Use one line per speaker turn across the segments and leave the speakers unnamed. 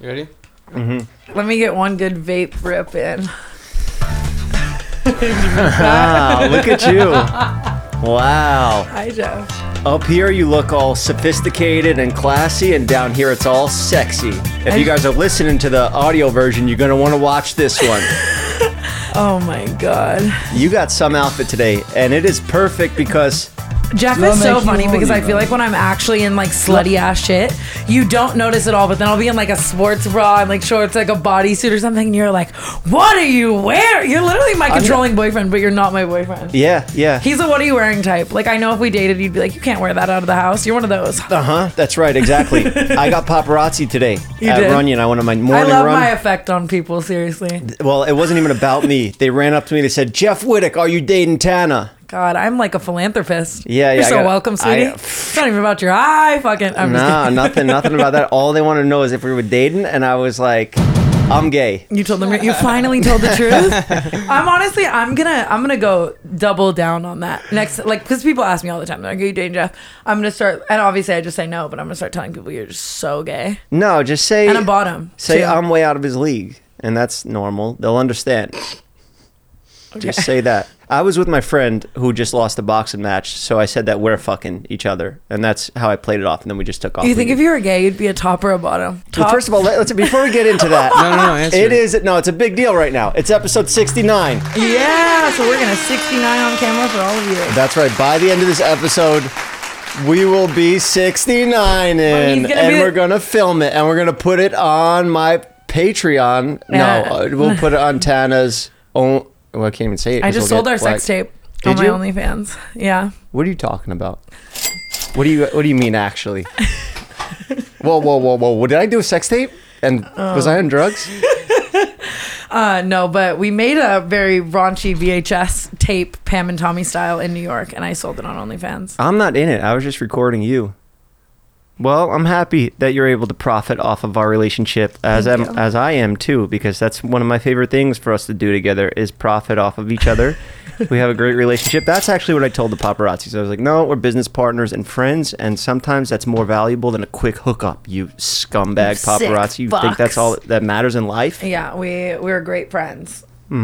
You ready?
Let me get one good vape rip in.
Ah, look at you. Wow.
Hi, Joe.
Up here, you look all sophisticated and classy, and down here, it's all sexy. If you guys are listening to the audio version, you're going to want to watch this one.
Oh my God.
You got some outfit today, and it is perfect because
Jeff
Love
is so
making
funny
money,
because I feel
bro.
like when I'm actually in like slutty ass shit, you don't notice it all, but then I'll be in like a sports bra and like shorts, like a bodysuit or something, and you're like, what are you wearing? You're literally my controlling boyfriend, but you're not my boyfriend.
yeah, yeah.
He's a what are you wearing type. Like, I know if we dated, you'd be like, you can't wear that out of the house. You're one of those.
Uh huh. That's right. Exactly. I got paparazzi today
You
at
did.
Runyon. I went on my
I
morning
love
run.
my effect on people, seriously.
well, it wasn't even about me. They ran up to me. They said, "Jeff Whittick, are you dating Tana?"
God, I'm like a philanthropist.
Yeah, yeah,
You're
I
so
got-
welcome, sweetie.
I-
it's not even about your eye. Fucking. I'm just
Nah,
kidding.
nothing, nothing about that. All they wanted to know is if we were dating, and I was like, "I'm gay."
You told them you finally told the truth. I'm honestly, I'm gonna, I'm gonna go double down on that next, like, because people ask me all the time, they're like, "Are you dating Jeff?" I'm gonna start, and obviously, I just say no, but I'm gonna start telling people you're just so gay.
No, just say
And a bottom,
Say
too.
I'm way out of his league, and that's normal. They'll understand. Just say that. I was with my friend who just lost a boxing match, so I said that we're fucking each other, and that's how I played it off. And then we just took off.
You think
We-
if you were gay, you'd be a top or a bottom? Top.
Well, first of all, let- let's before we get into that.
No, no, no, answer it.
It is no, it's a big deal right now. It's episode 69.
yeah. So we're gonna 69 on camera for all of you.
That's right. By the end of this episode, we will be 69 in,
gonna
and
be-
we're gonna film it, and we're gonna put it on my Patreon.
Yeah.
No, uh, we'll put it on Tana's own. Well, I can't even say it.
I
'cause
just
we'll
sold
get
our sex
flagged.
tape
Did
on my
you?
OnlyFans. Yeah.
What are you talking about? What do you What do you mean actually? whoa, whoa, whoa, whoa! What did I do a sex tape? And
Oh.
was I on drugs?
Uh, no, but we made a very raunchy VHS tape, Pam and Tommy style, in New York, and I sold it on OnlyFans.
I'm not in it. I was just recording you. Well, I'm happy that you're able to profit off of our relationship as am, as I am too because that's one of my favorite things for us to do together is profit off of each other. we have a great relationship. That's actually what I told the paparazzi. So I was like, "No, we're business partners and friends and sometimes that's more valuable than a quick hookup, you scumbag
Sick
paparazzi. You think that's
fucks.
all that matters in life?"
Yeah, we we were great friends.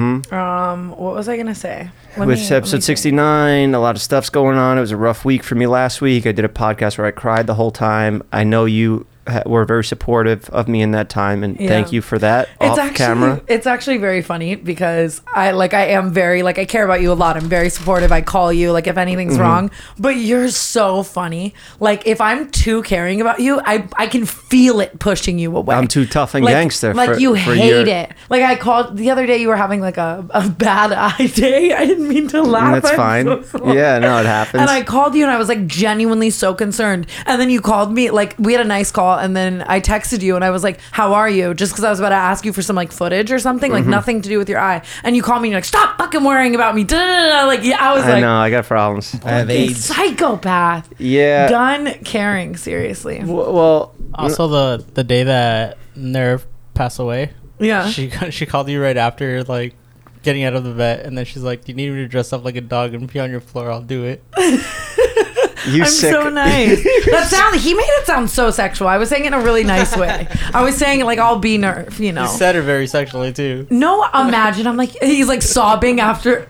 Mm-hmm. Um, what was I gonna say? Let
With
me- let me
episode
think.
69, a lot of stuff's going on. It was a rough week for me last week. I did a podcast where I cried the whole time. I know you ha- were very supportive of me in that time, and
Yeah.
thank you for that
It's
off
actually
camera.
it's actually very funny because I like I am very like I care about you a lot. I'm very supportive. I call you like if
Mm-hmm.
anything's wrong, but you're so funny. Like if I'm too caring about you, I I can feel it pushing you away.
I'm too tough and
like,
gangster
Like
for-
you
for
hate
your-
it. Like I called the other day. You were having like a, a bad eye day. I didn't mean to laugh.
And Mm, that's
I'm
fine.
so sorry.
yeah, no, it happens.
And I called you and I was like genuinely so concerned. And then you called me, like, we had a nice call. And then I texted you and I was like, How are you? Just because I was about to ask you for some like footage or something,
Mm-hmm.
like nothing to do with your eye. And you called me and you're like, Stop fucking worrying about me. Da, da, da, da. Like, yeah, I was
I
like,
know, I got problems. I have AIDS.
Psychopath.
Yeah.
Done caring, seriously.
Well,
Also, the the day that Nerve passed away,
Yeah.
she she called you right after like getting out of the vet, and then she's like, "Do you need me to dress up like a dog and pee on your floor? I'll do it."
Oh.
you
I'm
sick.
so nice. That sound he made it sound so sexual. I was saying it in a really nice way. I was saying it like I'll be nerve, you know.
You said her very sexually too.
no, imagine I'm like he's like sobbing after.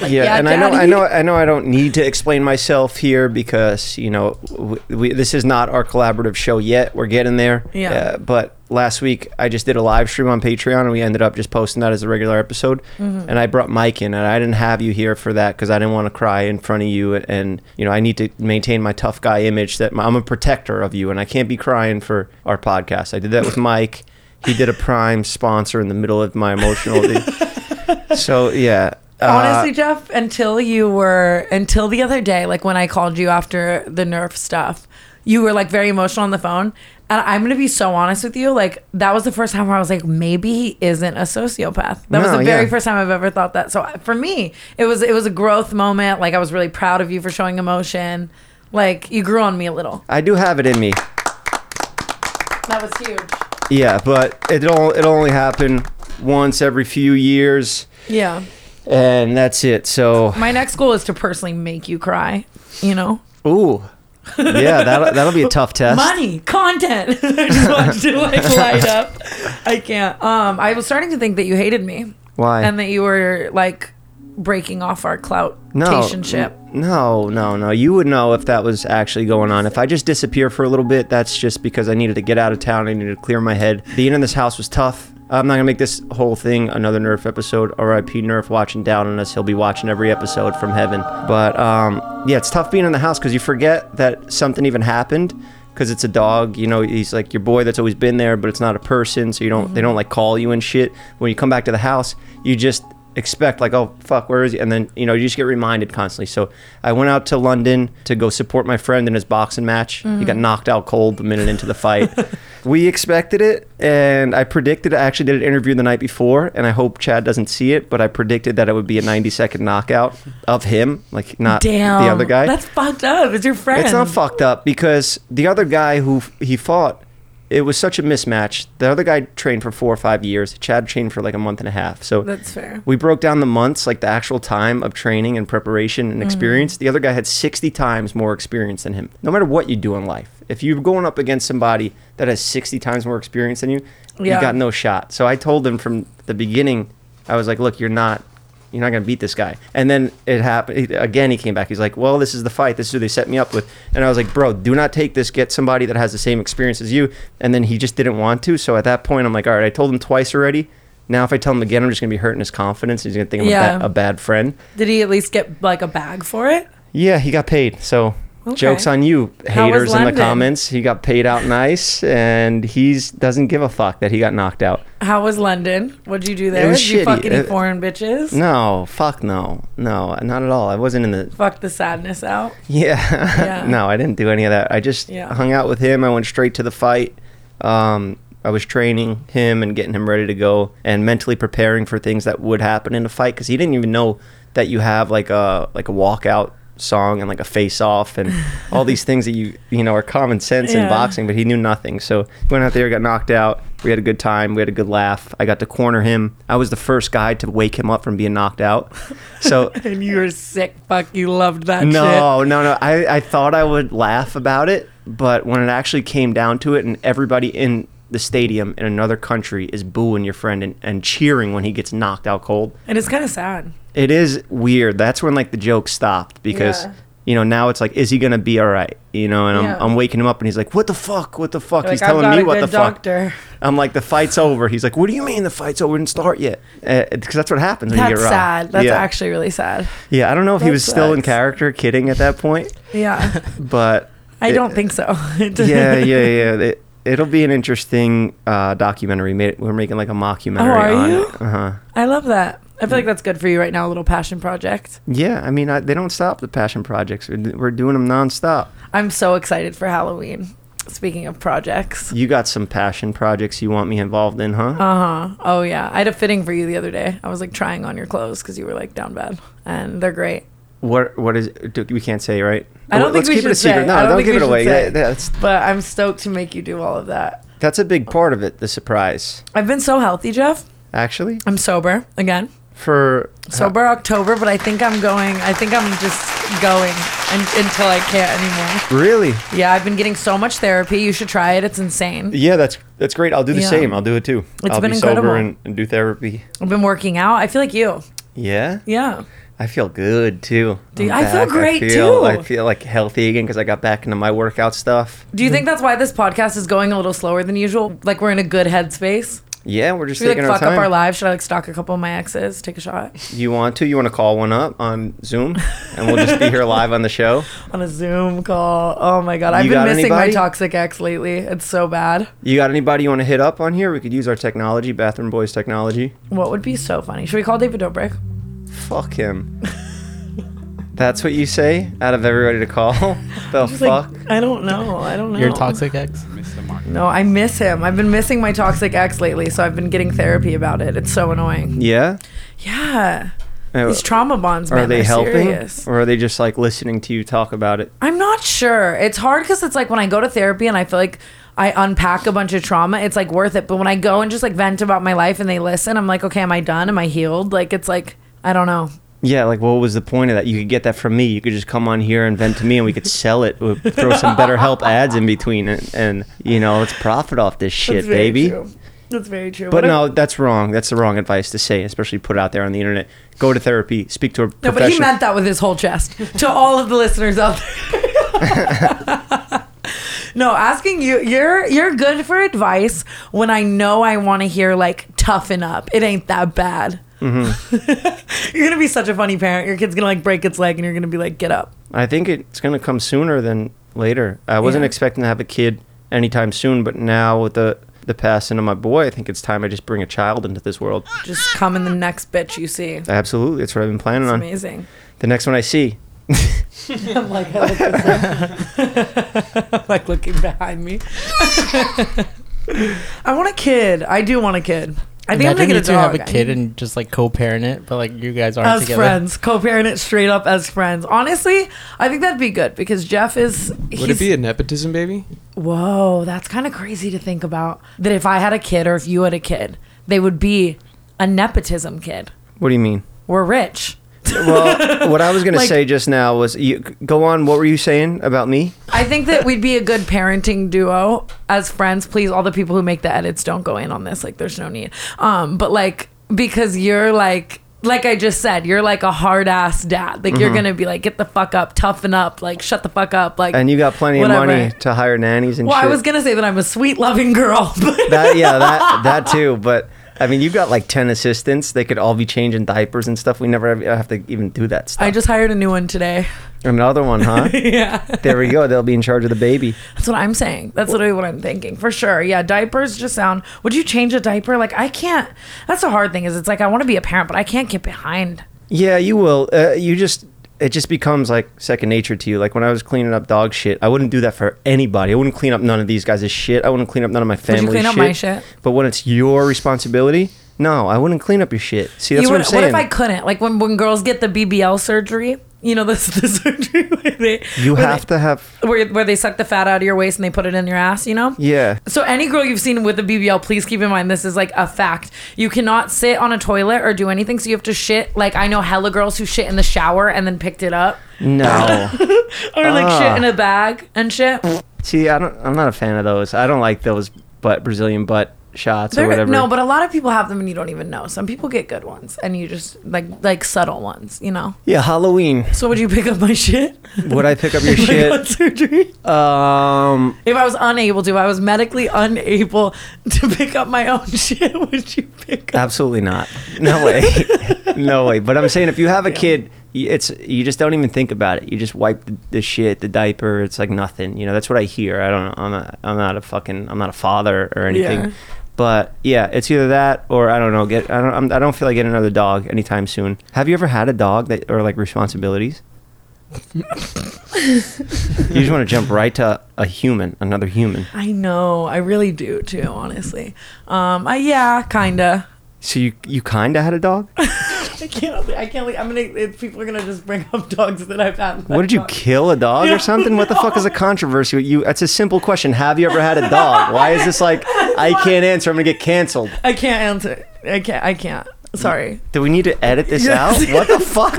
yeah,
Yeah,
and I know, I
Daddy.
know, I know. I don't need to explain myself here because you know w we, this is not our collaborative show yet. We're getting there. Uh,
Yeah.
but last week I just did a live stream on Patreon, and we ended up just posting that as a regular episode.
Mm-hmm.
And I brought Mike in, and I didn't have you here for that because I didn't want to cry in front of you, and, and you know I need to maintain my tough guy image that my, I'm a protector of you, and I can't be crying for our podcast. I did that with Mike. He did a prime sponsor in the middle of my emotional. so yeah. uh,
Honestly, Jeff, until you were until the other day, like when I called you after the Nerf stuff, you were like very emotional on the phone, And I'm gonna be so honest with you. Like that was the first time where I was like, maybe he isn't a sociopath. That was
No,
the very
yeah.
first time I've ever thought that. So I- for me, it was it was a growth moment. Like I was really proud of you for showing emotion. Like you grew on me a little.
I do have it in me.
That was huge.
Yeah, but it'll it'll only happen once every few years,
Yeah.
and that's it. So,
My next goal is to personally make you cry. You know,
ooh, yeah, that'll that'll be a tough test.
money, content. I just watched it like light up. I can't. Um, I was starting to think that you hated me
Why?
and that you were like breaking off our clout relationship.
No, no, no. You would know if that was actually going on. If I just disappear for a little bit, that's just because I needed to get out of town. I needed to clear my head. Being in this house was tough. I'm not gonna make this whole thing another Nerf episode. R.I.P. Nerf watching down on us. He'll be watching every episode from heaven. But um, yeah, it's tough being in the house because you forget that something even happened. Because it's a dog, you know. He's like your boy that's always been there, but it's not a person, so you don't. They don't like call you and shit. When you come back to the house, you just expect like oh fuck where is he and then you know you just get reminded constantly so i went out to london to go support my friend in his boxing match
Mm-hmm.
he got knocked out cold a minute into the fight we expected it and i predicted i actually did an interview the night before and i hope chad doesn't see it but i predicted that it would be a 90 second knockout of him like not
Damn.
the other guy
That's fucked up. It's your friend.
it's not fucked up because the other guy who f- he fought, it was such a mismatch. The other guy trained for four or five years. Chad trained for like a month and a half. So
That's fair.
We broke down the months, like the actual time of training and preparation and experience. The other guy had 60 times more experience than him. No matter what you do in life, if you're going up against somebody that has 60 times more experience than you, you
Yeah.
got no shot. So I told him from the beginning, I was like, look, you're not. You're not gonna beat this guy, and then it happened again. He came back. He's like, "Well, this is the fight. This is who they set me up with." And I was like, "Bro, do not take this. Get somebody that has the same experience as you." And then he just didn't want to. So at that point, I'm like, "All right, I told him twice already. Now if I tell him again, I'm just gonna be hurting his confidence. He's gonna think I'm
Yeah.
a, ba- a bad friend."
Did he at least get like a bag for it?
Yeah, he got paid. So
Okay.
jokes on you,
How was
haters in the
London?
comments. He got paid out nice, and he's doesn't give a fuck that he got knocked out.
How was London? What'd you do there?
It was
Did you
shitty.
fuck any
It-
foreign bitches?
No, fuck no, no, not at all. I wasn't in the
Fuck the sadness out.
Yeah.
Yeah.
no, I didn't do any of that. I just
Yeah.
hung out with him. I went straight to the fight. Um, I was training him and getting him ready to go and mentally preparing for things that would happen in a fight because he didn't even know that you have like a like a walkout song and like a face off and all these things that you you know are common sense in
Yeah.
boxing but he knew nothing so he went out there got knocked out we had a good time we had a good laugh i got to corner him i was the first guy to wake him up from being knocked out so
And you were sick. Fuck. You loved that shit.
no, no, no. I, I thought I would laugh about it, but when it actually came down to it, and everybody in the stadium in another country is booing your friend and, and cheering when he gets knocked out cold,
And it's kind of sad.
it is weird. That's when like the joke stopped because.
Yeah.
You know, now it's like, is he gonna be all right? You know, and I'm,
Yeah.
I'm waking him up, and he's like, "What the fuck? What the fuck?" he's
Like, I've
telling
got
me
a
what the
good doctor.
fuck. I'm like, "The fight's over." He's like, "What do you mean the fight's over? It didn't start yet?" Because that's what happens when you
That's
get robbed.
sad. That's
yeah.
actually really sad.
yeah. I don't know if he
that
was still in
sucks.
character, kidding at that point,
Yeah.
but
I
it-
don't think so.
yeah, yeah, yeah. It, it'll be an interesting uh, documentary. Made, we're making like a mockumentary
Oh, are
on
you?
it. Uh-huh.
I love that. I feel like that's good for you right now, a little passion project.
Yeah, I mean, I, they don't stop the passion projects. We're, we're doing them nonstop.
I'm so excited for Halloween. Speaking of projects.
You got some passion projects you want me involved in, huh?
Uh huh. Oh, yeah. I had a fitting for you the other day. I was like trying on your clothes because you were like down bad. And they're great.
what What is? do- We can't say, right?
I don't
Well, Let's
think we
keep it a
should say.
secret. No,
I don't
don't,
think
give
we
it
should
away.
say.
That- that's
But I'm stoked to make you do all of that.
that's a big part of it. The surprise,
I've been so healthy, Jeff.
actually,
I'm sober again.
Uh-huh. for
Sober October, but I think I'm going. I think I'm just going un until I can't anymore.
really.
Yeah, I've been getting so much therapy. You should try it. It's insane.
Yeah, that's that's great. I'll do the
Yeah.
same. I'll do it too.
It's
I'll
been
be sober
incredible.
and, and do therapy.
I've been working out. I feel like you.
Yeah.
Yeah.
I feel good too.
Dude,
I'm
I feel great,
I feel,
too.
I feel like healthy again because I got back into my workout stuff.
Do you think that's why this podcast is going a little slower than usual? Like we're in a good headspace.
Yeah, we're just
Should we like
taking our
fuck
time.
up our lives? Should I like stalk a couple of my exes? Take a shot
You want to? You want to call one up on Zoom, and we'll just be here live on the show.
on a Zoom call. Oh my god, I've
You
been
got
missing
anybody?
my toxic ex lately. It's so bad.
You got anybody you want to hit up on here? We could use our technology, Bathroom Boys technology.
What would be so funny? Should we call David Dobrik?
Fuck him. That's what you say out of everybody to call. the
Like,
fuck.
I don't know. I don't know.
Your toxic ex.
the mark.
No, I miss him. I've been missing my toxic ex lately, so I've been getting therapy about it. It's so annoying.
Yeah.
Yeah.
Uh,
These trauma bonds, man,
are they
they're
helping,
serious.
or are they just like listening to you talk about it?
I'm not sure. It's hard because it's like when I go to therapy and I feel like I unpack a bunch of trauma, it's like worth it. But when I go and just like vent about my life and they listen, I'm like, okay, am I done? Am I healed? Like, it's like, I don't know.
Yeah, like what was the point of that? You could get that from me. You could just come on here and vent to me, and we could sell it. We'll throw some better help ads in between, and, and you know, let's profit off this shit,
That's very
baby.
true. That's very true.
But
What if-
no, that's wrong. That's the wrong advice to say, especially put out there on the internet. Go to therapy. Speak to a
No,
professional.
but he meant that with his whole chest to all of the listeners out there. no, asking you, you're you're good for advice when I know I want to hear like toughen up. It ain't that bad.
Mm-hmm.
you're gonna be such a funny parent. Your kid's gonna like break its leg, and you're gonna be like, get up.
I think it's going to come sooner than later. I wasn't
Yeah.
expecting to have a kid anytime soon, but now with the the passing of my boy, I think it's time I just bring a child into this world.
Just come in the next bitch you see. It's
Absolutely, that's what I've been
Mm-hmm.
planning on.
amazing.
The next one I see.
I'm like, I look this up. like looking behind me. I want a kid. I do want a kid. I think I'm
Imagine
gonna
you
get a
two
dog.
have a
I
kid and just like co-parent it, but like you guys aren't
as
together.
friends, co-parent it straight up as friends. Honestly, I think that'd be good because Jeff is. He's,
Would it be a nepotism baby?
whoa, that's kind of crazy to think about. That if I had a kid or if you had a kid, they would be a nepotism kid.
What do you mean?
We're rich.
Well, what I was going
Like-
to say just now was you, go on. What were you saying about me?
I think that we'd be a good parenting duo as friends. Please, all the people who make the edits don't go in on this. Like, there's no need. Um, but like, because you're like, like I just said, you're like a hard ass dad. Like,
Mm-hmm.
you're gonna be like, get the fuck up, toughen up, like, shut the fuck up, like.
And you got plenty
whatever.
of money to hire nannies and
Well,
shit.
I was gonna say that I'm a sweet, loving girl, but
that yeah, that that too. But I mean, you got like ten assistants. They could all be changing diapers and stuff. We never have- have to even do that stuff.
I just hired a new one today.
Another one, huh?
yeah,
There we go. They'll be in charge of the baby.
that's what I'm saying. That's literally what I'm thinking for sure. Yeah, diapers just sound. Would you change a diaper? Like I can't. That's the hard thing is it's like I want to be a parent, but I can't get behind.
Yeah, you will. Uh, you just it just becomes like second nature to you. Like when I was cleaning up dog shit, I wouldn't do that for anybody. I wouldn't clean up none of these guys' shit. I wouldn't clean up none of my
you
family's
clean
shit.
up my shit?
But when it's your responsibility, no, I wouldn't clean up your shit. See, that's
You
what I'm
wouldn't-
saying.
if I couldn't? Like when when girls get the BBL surgery, you know this the surgery where they
you
where
have
they,
to have.
where, where they suck the fat out of your waist and they put it in your ass. You know.
Yeah.
So any girl you've seen with a BBL, please keep in mind this is like a fact. You cannot sit on a toilet or do anything, so you have to shit. Like I know hella girls who shit in the shower and then picked it up,
No.
or like
Ah.
shit in a bag and shit.
See, I don't. I'm not a fan of those. I don't like those butt Brazilian butt shots or
They're-
whatever.
No, but a lot of people have them and you don't even know. Some people get good ones and you just like like subtle ones, you know.
yeah, Halloween.
So would you pick up my shit?
Would I pick up your
Got
shit?
surgery.
Um,
If I was unable to, if I was medically unable to pick up my own shit, would you pick up?
absolutely not. No way. no way. But I'm saying if you have a kid, y- it's you just don't even think about it. You just wipe the, the shit, the diaper. It's like nothing. You know, that's what I hear. I don't know. I'm not. I'm not a fucking. I'm not a father or anything.
Yeah.
But yeah, it's either that or I don't know. Get I don't. I'm, I don't feel like getting another dog anytime soon. Have you ever had a dog that or like responsibilities? you just want to jump right to a human, another human.
I know, I really do too, honestly. Um, I, yeah, kinda.
So you you kinda had a dog.
I can't. I can't. I'm gonna. If people are gonna just bring up dogs that I've had.
What did you kill a dog or something? What the fuck is a controversy? You that's a simple question. Have you ever had a dog? Why is this like I can't answer? I'm gonna get canceled.
I can't answer. I can't. I can't. Sorry.
Do we need to edit this out? What the fuck?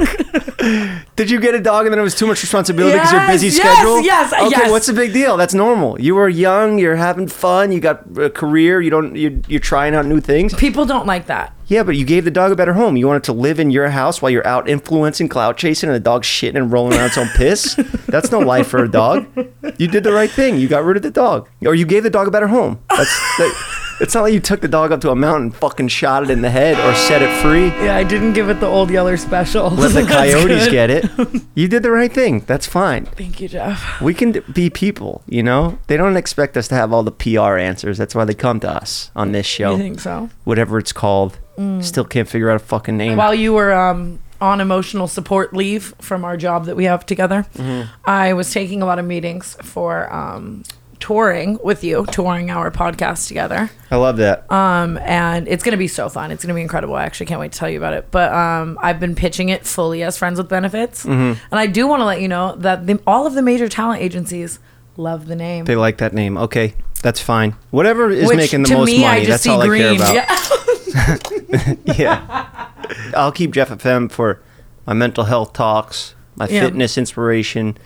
Did you get a dog and then it was too much responsibility because your busy
Yes, yes,
schedule?
yes,
Okay,
yes.
what's the big deal? That's normal. You were young. You're having fun. You got a career. You don't. You're, you're trying out new things.
People don't like that.
Yeah, but you gave the dog a better home. You want it to live in your house while you're out influencing, clout chasing, and the dog shitting and rolling around its own piss. That's no life for a dog. You did the right thing. You got rid of the dog, or you gave the dog a better home. That's that, it's not like you took the dog up to a mountain, fucking shot it in the head, or set it free.
Yeah, I didn't give it the old Yeller special.
Let the coyotes get it. You did the right thing. That's fine.
Thank you, Jeff.
We can d- be people, you know? They don't expect us to have all the PR answers. That's why they come to us on
I
this show.
think so.
Whatever it's called. Still can't figure out a fucking name.
While you were um, on emotional support
Mm-hmm.
leave from our job that we have together, I was taking a lot of meetings for um, touring with you, touring our podcast together.
I love that.
Um, and it's gonna be so fun. It's gonna be incredible. I actually can't wait to tell you about it. But um, I've been pitching it fully as friends with benefits,
Mm-hmm.
and I do want to let you know that the, all of the major talent agencies love the name.
they like that name. Okay, that's fine. Whatever is
Which,
making the
to
most
me, I
money,
just
that's
see
all I care
green.
about.
Yeah.
yeah. I'll keep Jeff FM for my mental health talks, my
Yeah.
fitness inspiration,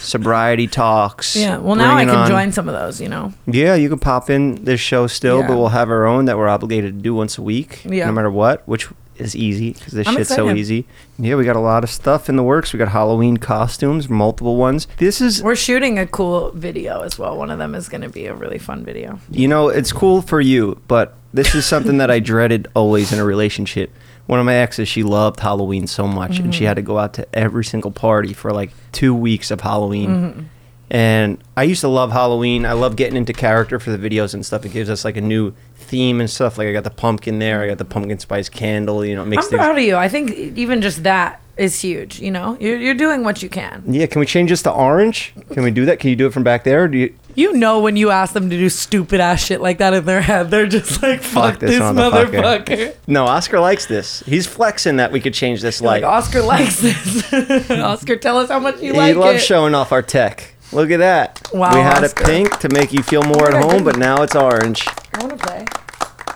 sobriety talks.
Yeah. Well, now I
bring it
can
on.
join some of those. You know.
Yeah, you can pop in this show still,
Yeah.
but we'll have our own that we're obligated to do once a week,
Yeah.
no matter what, which is easy because this
I'm
shit's so
excited.
easy. Yeah, we got a lot of stuff in the works. We got Halloween costumes, multiple ones. This is
We're shooting a cool video as well. One of them is going to be a really fun video.
You know, it's cool for you, but this is something that I dreaded always in a relationship. One of my exes, she loved Halloween so much, and
Mm-hmm.
she had to go out to every single party for like two weeks of Halloween.
Mm-hmm.
And I used to love Halloween. I love getting into character for the videos and stuff. It gives us like a new theme and stuff. Like I got the pumpkin there, I got the pumpkin spice candle. You know, it makes
I'm
things.
proud of you. I think even just that is huge. You know, you're, you're doing what you can.
Yeah, can we change this to orange? Can we do that? Can you do it from back there? Or do you?
You know, when you ask them to do stupid ass shit like that in their head, they're just like, fuck,
Fuck this
this,
motherfucker."
motherfucker.
No, Oscar likes this. He's flexing that we could change this
Like,
light.
Oscar likes this. Oscar, tell us how much you
He
like
loves
it.
showing off our tech. Look at that.
Wow,
We had
Oscar.
it pink to make you feel more
I
at home,
didn't-
but now it's orange.
I want to play.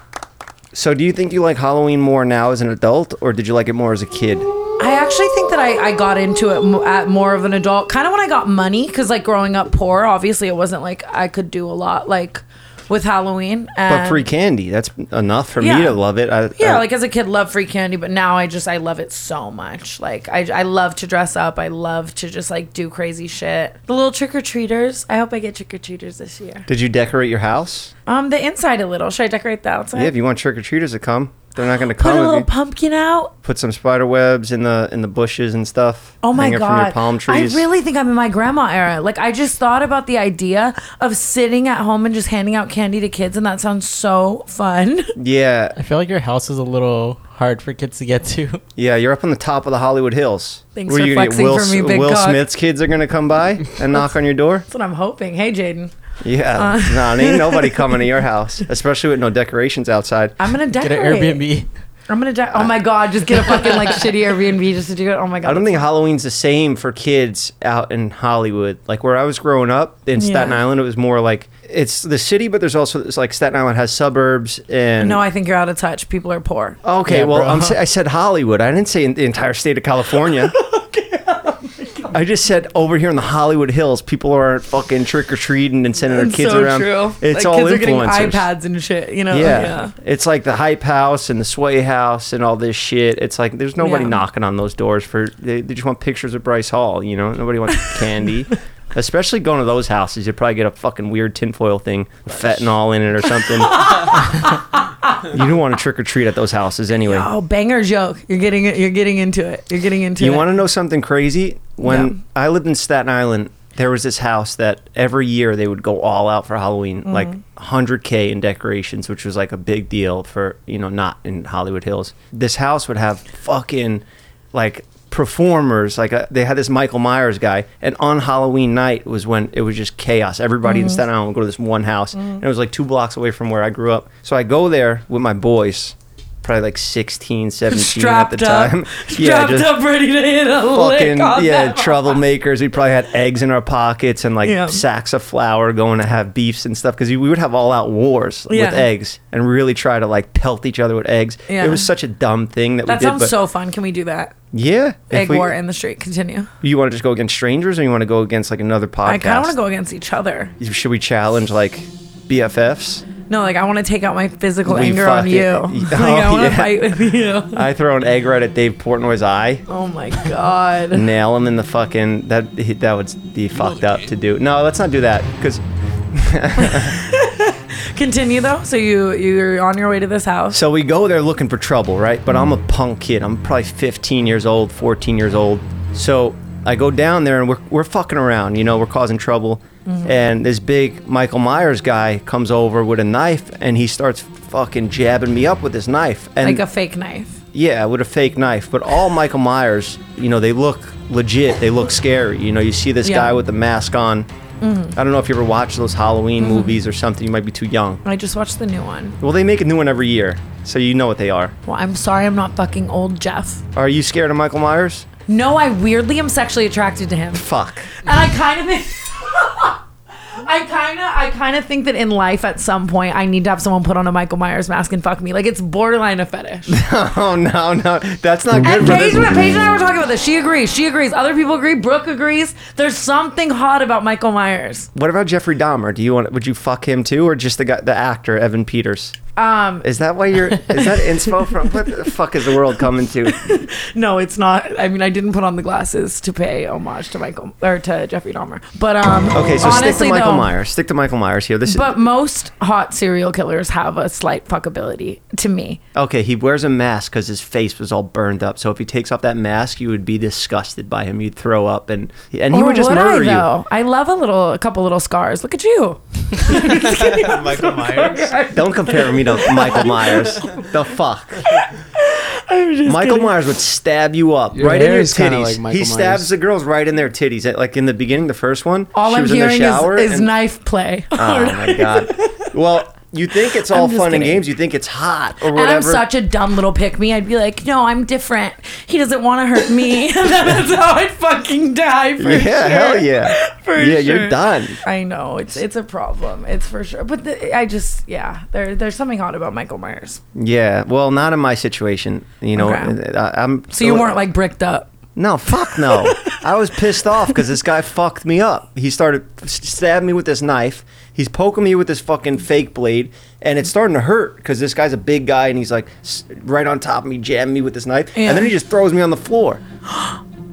So, do you think you like Halloween more now as an adult, or did you like it more as a kid?
I actually think that I, I got into it mo- at more of an adult, kind of when I got money, because like growing up poor, obviously it wasn't like I could do a lot like with Halloween. And
But free uh, candy, that's enough for
Um, Yeah.
me to love it. I,
Yeah,
I-
like uh, as a kid, love free candy, but now I just I love it so much. Like I, I love to dress up. I love to just like do crazy shit. The little trick or treaters. I hope I get trick or treaters this year.
Did you decorate your house?
Um, the inside a little. Should I decorate the outside?
Yeah, if you want trick or treaters to come, they're not going to
Put
come.
a
if
little
you-
pumpkin out.
put some spider webs in the in the bushes and stuff.
Oh my
Hang it
god!
From your palm trees.
I really think I'm in my grandma era. Like I just thought about the idea of sitting at home and just handing out candy to kids, and that sounds so fun.
Yeah,
I feel like your house is a little hard for kids to get to.
yeah. You're up on the top of the Hollywood Hills.
Thanks
What are
for
you gonna get?
flexing
Will,
for me,
S-
big
Will
cock.
Smith's kids are going to come by and knock on your door.
That's what I'm hoping. Hey, Jaden,
Yeah,
Uh,
nah, ain't nobody coming to your house, especially with no decorations outside.
I'm gonna
Get an
decorate.
Airbnb.
I'm gonna die. Oh my god! Just get a fucking like shitty Airbnb just to do it. Oh my god!
I don't think Halloween's the same for kids out in Hollywood. Like where I was growing up in Staten
Yeah.
Island, it was more like it's the city, but there's also it's like Staten Island has suburbs and.
No, I think you're out of touch. People are poor.
okay,
Yeah,
well,
bro.
I'm, sa- I said Hollywood. I didn't say in the entire state of California.
oh
I just said over here in the Hollywood Hills, people are fucking trick or treating and sending their kids around. It's all
kids are
influencers.
getting iPads and shit. You know.
Yeah.
yeah.
It's like the hype house and the sway house and all this shit. It's like there's nobody
Yeah.
knocking on those doors for they, they just want pictures of Bryce Hall, you know? Nobody wants candy. Especially going to those houses, you'd probably get a fucking weird tinfoil thing with fentanyl in it or something. you don't want to trick or treat at those houses anyway.
Oh, banger joke! You're getting it. You're getting into it. You're getting into
You
it.
want to know something crazy? When
Yeah.
I lived in Staten Island, there was this house that every year they would go all out for Halloween,
Mm-hmm.
like 100k in decorations, which was like a big deal for you know not in Hollywood Hills. This house would have fucking like performers like uh they had this michael myers guy and on halloween night was when it was just chaos everybody
Mm-hmm.
in staten island would go to this one house and it was like two blocks away from where i grew up so i go there with my boys probably like 16 17 at
strapped
the
up,
time
strapped
just-
up, ready to hit a
fucking
lick on
yeah
that.
troublemakers. We probably had eggs in our pockets and like
Yeah.
sacks of flour going to have beefs and stuff because we would have all out wars
Yeah.
with eggs and really try to like pelt each other with eggs.
Yeah.
It was such a dumb thing that,
That
we did.
sounds
but
so fun. Can we do that?
yeah, if
Egg
we-
war in the street. Continue.
You want to just go against strangers or you want to go against like another podcast?
I kind of want to go against each other.
Should we challenge like BFFs?
No, like I want to take out my physical
We
anger on
fucking-
you.
Oh,
like I want to
yeah.
fight with you.
I throw an egg right at Dave Portnoy's eye.
Oh my god.
Nail him in the fucking that he- that would be fucked up to do. No, let's not do that because
Continue though. So you you're on your way to this house.
So we go there looking for trouble, right? But I'm a punk kid. I'm probably 15 years old, 14 years old. So I go down there and we're, we're fucking around, you know, we're causing trouble.
Mm-hmm.
And this big Michael Myers guy comes over with a knife and he starts fucking jabbing me up with his knife. And
like a fake knife.
yeah, with a fake knife. But all Michael Myers, you know, they look legit. They look scary. You know, you see this
Yeah. Mm-hmm.
guy with the mask on. I don't know if you ever watched those Halloween movies or something. You might be too young.
I just watched the new one.
Well, they make a new one every year, so you know what they are.
Well, I'm sorry, I'm not fucking old, Jeff.
Are you scared of Michael Myers?
No, I weirdly am sexually attracted to him.
Fuck.
and I kind of think, I kind of, I kind of think that in life, at some point, I need to have someone put on a Michael Myers mask and fuck me. Like it's borderline a fetish.
Oh no, no, that's not good
And
for
Paige,
this.
Paige and I were talking about this. She agrees. She agrees. Other people agree. Brooke agrees. There's something hot about Michael Myers.
What about Jeffrey Dahmer? Do you want? Would you fuck him too, or just the guy, the actor Evan Peters?
Um,
Is that why you're? is that inspo from? What the fuck is the world coming to?
no, it's not. I mean, I didn't put on the glasses to pay homage to Michael or to Jeffrey Dahmer. But um,
Okay, so stick
honestly,
to Michael
though,
Myers. Stick to Michael Myers here. This.
But most hot serial killers have a slight fuckability to me.
okay, he wears a mask because his face was all burned up. So if he takes off that mask, you would be disgusted by him. You'd throw up, and and he
Or
would just murder
I,
you.
though? I love a little, a couple little scars. Look at you.
Michael Myers.
Don't compare me to Michael Myers. The fuck. Michael Myers would stab you up
Your
right in
hair
your
is kinda
titties.
like Michael
he stabs
Myers.
the girls right in their titties. At- Like in the beginning, the first one,
All
she
I'm
was in the
hearing
shower.
is, is
and-
knife play.
Oh my god. Well, you think it's all
I'm just
fun and
kidding.
games. You think it's hot or
And
whatever.
I'm such a dumb little pick me. I'd be like, no, I'm different. He doesn't want to hurt me. That's how I'd fucking die for
yeah,
sure.
hell yeah.
For
yeah,
sure.
you're done.
I know it's it's a problem. It's for sure. But the, I just yeah, there there's something odd about Michael Myers.
Yeah. Well, not in my situation. You know,
Okay.
I, am
So you weren't like bricked up.
No, fuck no. I was pissed off because this guy fucked me up. He started stabbing me with this knife. He's poking me with this fucking fake blade, and it's starting to hurt because this guy's a big guy and he's like s- right on top of me, jamming me with this knife,
Yeah.
and then he just throws me on the floor.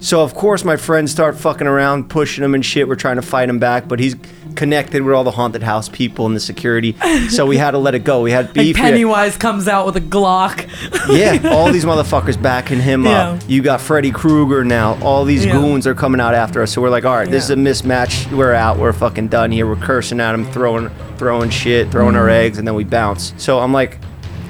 So of course my friends start fucking around, pushing him and shit. We're trying to fight him back, but he's connected with all the haunted house people and the security. So we had to let it go. We had
Like
beef. we had-
Pennywise comes out with a Glock.
yeah, all these motherfuckers backing him
Yeah.
up. You got Freddy Krueger now. All these
Yeah.
goons are coming out after us. So we're like, all right, this is
Yeah.
a mismatch. We're out. We're fucking done here. We're cursing at him, throwing, throwing shit, throwing our
Mm-hmm.
eggs, and then we bounce. So I'm like,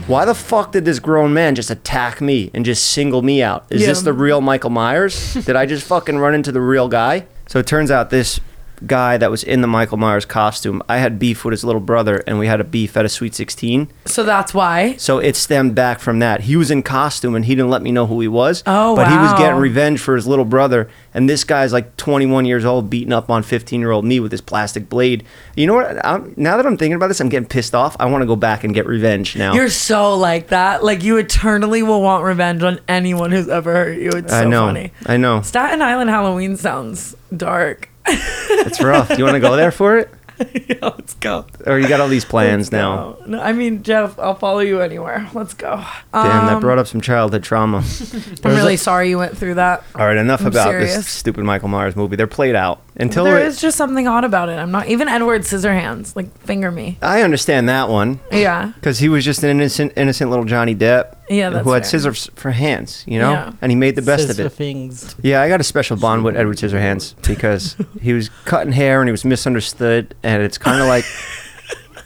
why the fuck did this grown man just attack me and just single me out? Is
Yeah.
this the real Michael Myers? did I just fucking run into the real guy? So it turns out this guy that was in the Michael Myers costume, I had beef with his little brother, and we had a beef at a Sweet 16.
So that's why.
So it stemmed back from that. He was in costume and he didn't let me know who he was.
Oh,
But he was
wow.
getting revenge for his little brother. And this guy's like 21 years old, beating up on 15 year old me with his plastic blade. You know what? I'm, now that I'm thinking about this, I'm getting pissed off. I want to go back and get revenge now.
You're so like that. Like you eternally will want revenge on anyone who's ever hurt you. It's so
I know.
funny.
I know.
Staten Island Halloween sounds dark.
It's rough. you want to go there for it?
yeah, let's go.
Or you got all these plans
Let's
now?
go. No, I mean, Jeff, I'll follow you anywhere. Let's go.
Damn,
Um,
that brought up some childhood trauma.
I'm
There's
really
a-
sorry you went through that.
All right, enough
I'm
about this
serious.
stupid Michael Myers movie. They're played out until
There
it-
is just something odd about it. I'm not even Edward Scissorhands. Like finger me.
I understand that one.
Yeah.
Because he was just an innocent, innocent little Johnny Depp,
Yeah, that's
who had
fair.
scissors for hands, you know,
Yeah.
and he made the best of it.
Things.
Yeah, I got a special bond with Edward Scissorhands because he was cutting hair and he was misunderstood, and it's kind of like,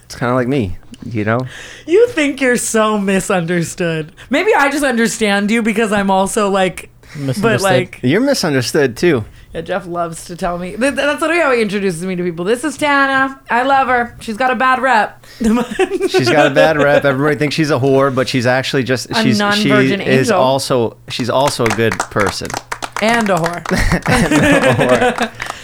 it's kind of like me, you know.
You think you're so misunderstood. Maybe I just understand you because I'm also like, but
Misunderstood.
like,
You're misunderstood too.
Yeah, Jeff loves to tell me. Th- th- That's literally how he introduces me to people. This is Tana. I love her. She's got a bad rep.
She's got a bad rep. Everybody thinks she's a whore, but she's actually just she's she
non-virgin
is
angel.
also she's also a good person.
and a whore.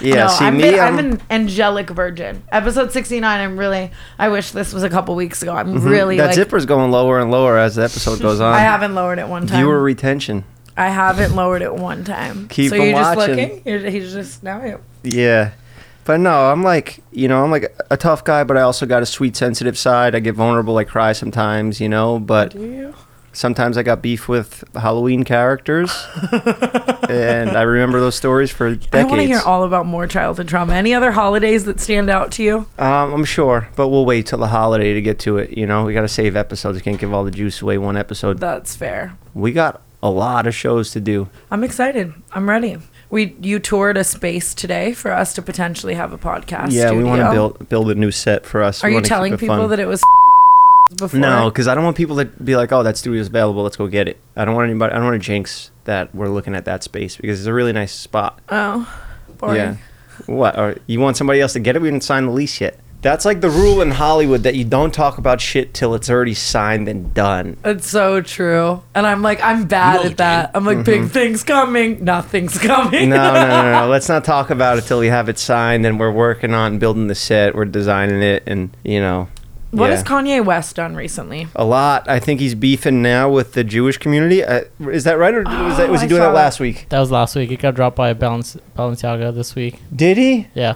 Yeah,
no,
see
I'm,
me,
an- I'm,
I'm-
an angelic virgin. Episode 69, I'm really, I wish this was a couple weeks ago. I'm really
that
like,
zipper's going lower and lower as the episode goes on.
I haven't lowered it one time.
viewer retention.
I haven't lowered it one time.
Keep
so
'em
you're just
watching.
looking? You're, he's just, now you.
Yeah. But no, I'm like, you know, I'm like a tough guy, but I also got a sweet, sensitive side. I get vulnerable. I cry sometimes, you know, but sometimes I got beef with Halloween characters. and I remember those stories for decades.
I want to hear all about more childhood trauma. Any other holidays that stand out to you?
um, I'm sure, but we'll wait till the holiday to get to it. You know, we got to save episodes. You can't give all the juice away one episode.
That's fair.
We got a lot of shows to do.
I'm excited. I'm ready. We you toured a space today for us to potentially have a podcast.
yeah, we want to
studio.
build build a new set for us.
Are
We
you
wanna keep
telling
it
people
fun.
that it was before?
No, because I don't want people to be like, "Oh, that studio's available. Let's go get it." I don't want anybody. I don't want to jinx that we're looking at that space because it's a really nice spot.
Oh, boring.
Yeah, What? Or you want somebody else to get it? We didn't sign the lease yet. That's like the rule in Hollywood that you don't talk about shit till it's already signed and done.
It's so true. And I'm like, I'm bad at that. I'm like, big things coming, nothing's coming.
Mm-hmm. No, no, no, no. Let's not talk about it till we have it signed and we're working on building the set. We're designing it, and you know.
What
yeah.
has Kanye West done recently?
a lot. I think he's beefing now with the Jewish community. Uh, is that right, or was, that, was
Oh,
he
I
doing
saw
that
that.
last week?
That was last week. It got dropped by Balance Balenciaga this week.
Did he?
Yeah.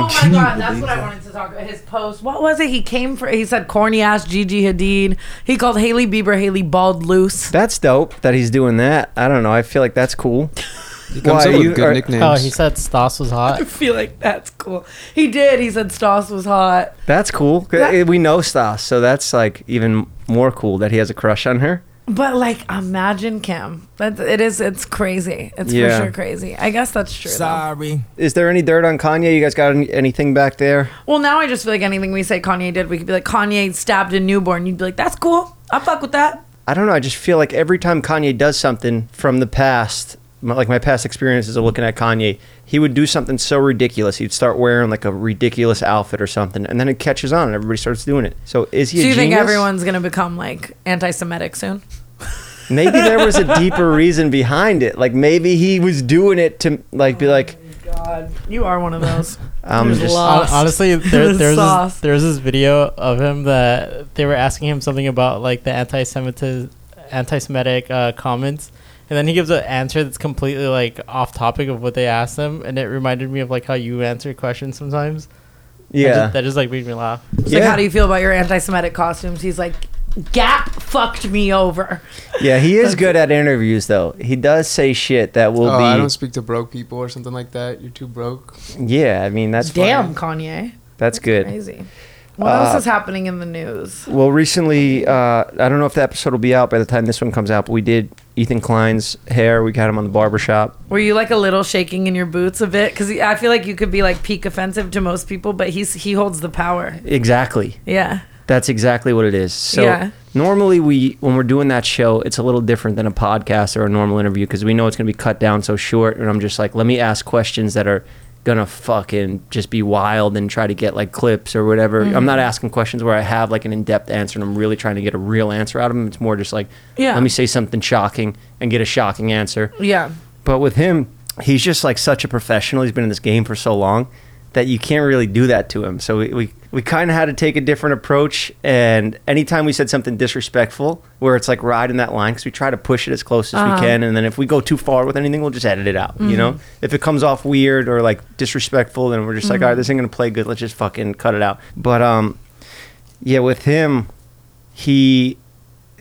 oh my god, that's what I wanted to talk about. His post. What was it? He came for. He said corny ass Gigi Hadid. He called Haley Bieber Haley bald loose.
That's dope that he's doing that. I don't know. I feel like that's cool.
He comes
Why,
up with
you
good
are-
nicknames.
Oh, he said Stas was hot.
I feel like that's cool. He did. He said Stoss was hot.
That's cool. Uh,
That-
we know Stas, so that's like even more cool that he has a crush on her.
But like, imagine Kim. That it is. It's crazy. It's
Yeah.
for sure crazy. I guess that's true. though.
Sorry.
Is there any dirt on Kanye? You guys got any, anything back there?
Well, now I just feel like anything we say Kanye did, we could be like Kanye stabbed a newborn. You'd be like, that's cool. I fuck with that.
I don't know. I just feel like every time Kanye does something from the past, my, like my past experiences of looking at Kanye, he would do something so ridiculous. He'd start wearing like a ridiculous outfit or something, and then it catches on and everybody starts doing it. So is he?
Do
a
you think
genius?
everyone's gonna become like anti-Semitic soon?
Maybe there was a deeper reason behind it. Like maybe he was doing it to like be like,
God, you are one of those.
I'm
There's
just.
a lot.
Hon-
Lost.
Honestly, there,
The
there's
sauce.
this, there's this video of him that they were asking him something about like the anti-Semitic anti-Semitic uh, comments, and then he gives an answer that's completely like off topic of what they asked him, and it reminded me of like how you answer questions sometimes. That
Yeah.
just, that just like made me laugh.
It's
Yeah.
Like, how do you feel about your anti-Semitic costumes? He's like, Gap fucked me over.
Yeah, he is good at interviews though. He does say shit that will
Oh,
be.
I don't speak to broke people or something like that. You're too broke.
yeah, I mean that's
Damn,
fine.
Kanye.
That's good.
Crazy. What
Uh,
else is happening in the news?
Well, recently, uh, I don't know if the episode will be out by the time this one comes out, but we did Ethan Klein's hair. We got him on the barbershop.
Were you like a little shaking in your boots a bit? Because I feel like you could be like peak offensive to most people, but he's he holds the power.
Exactly.
Yeah.
That's exactly what it is. So
Yeah.
normally we when we're doing that show, it's a little different than a podcast or a normal interview because we know it's going to be cut down so short and I'm just like, let me ask questions that are going to fucking just be wild and try to get like clips or whatever. I'm
Mm-hmm.
not asking questions where I have like an in-depth answer and I'm really trying to get a real answer out of them. It's more just like,
Yeah.
let me say something shocking and get a shocking answer.
Yeah.
But with him, he's just like such a professional. He's been in this game for so long that you can't really do that to him. So we, we, we kind of had to take a different approach. And anytime we said something disrespectful, where it's like riding that line, because we try to push it as close as we can. And then if we go too far with anything, we'll just edit it out. You know, if it comes off weird or like disrespectful, then we're just like, all right, this ain't going to play good. Let's just fucking cut it out. But um, yeah, with him, he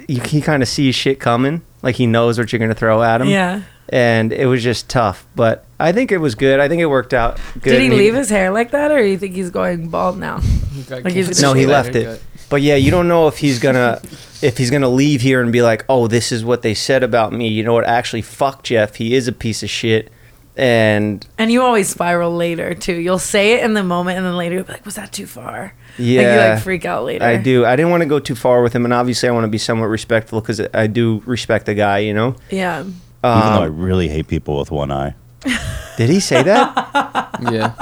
you, he kind of sees shit coming. Like he knows what you're going to throw at him
Yeah.
and it was just tough. But I think it was good. I think it worked out. Good.
Did he
And
leave his hair like that, or you think he's going bald now? Like he's
No, he left it. But yeah, you don't know if he's gonna if he's gonna leave here and be like, oh, this is what they said about me. You know what? Actually, fuck Jeff. He is a piece of shit. And
And you always spiral later too. You'll say it in the moment, and then later you'll be like, "Was that too far?" like you
Yeah.
like freak out later.
I do. I didn't want to go too far with him, and obviously, I want to be somewhat respectful because I do respect the guy. You know?
Yeah,
Even though I really hate people with one eye.
Did he say that?
Yeah.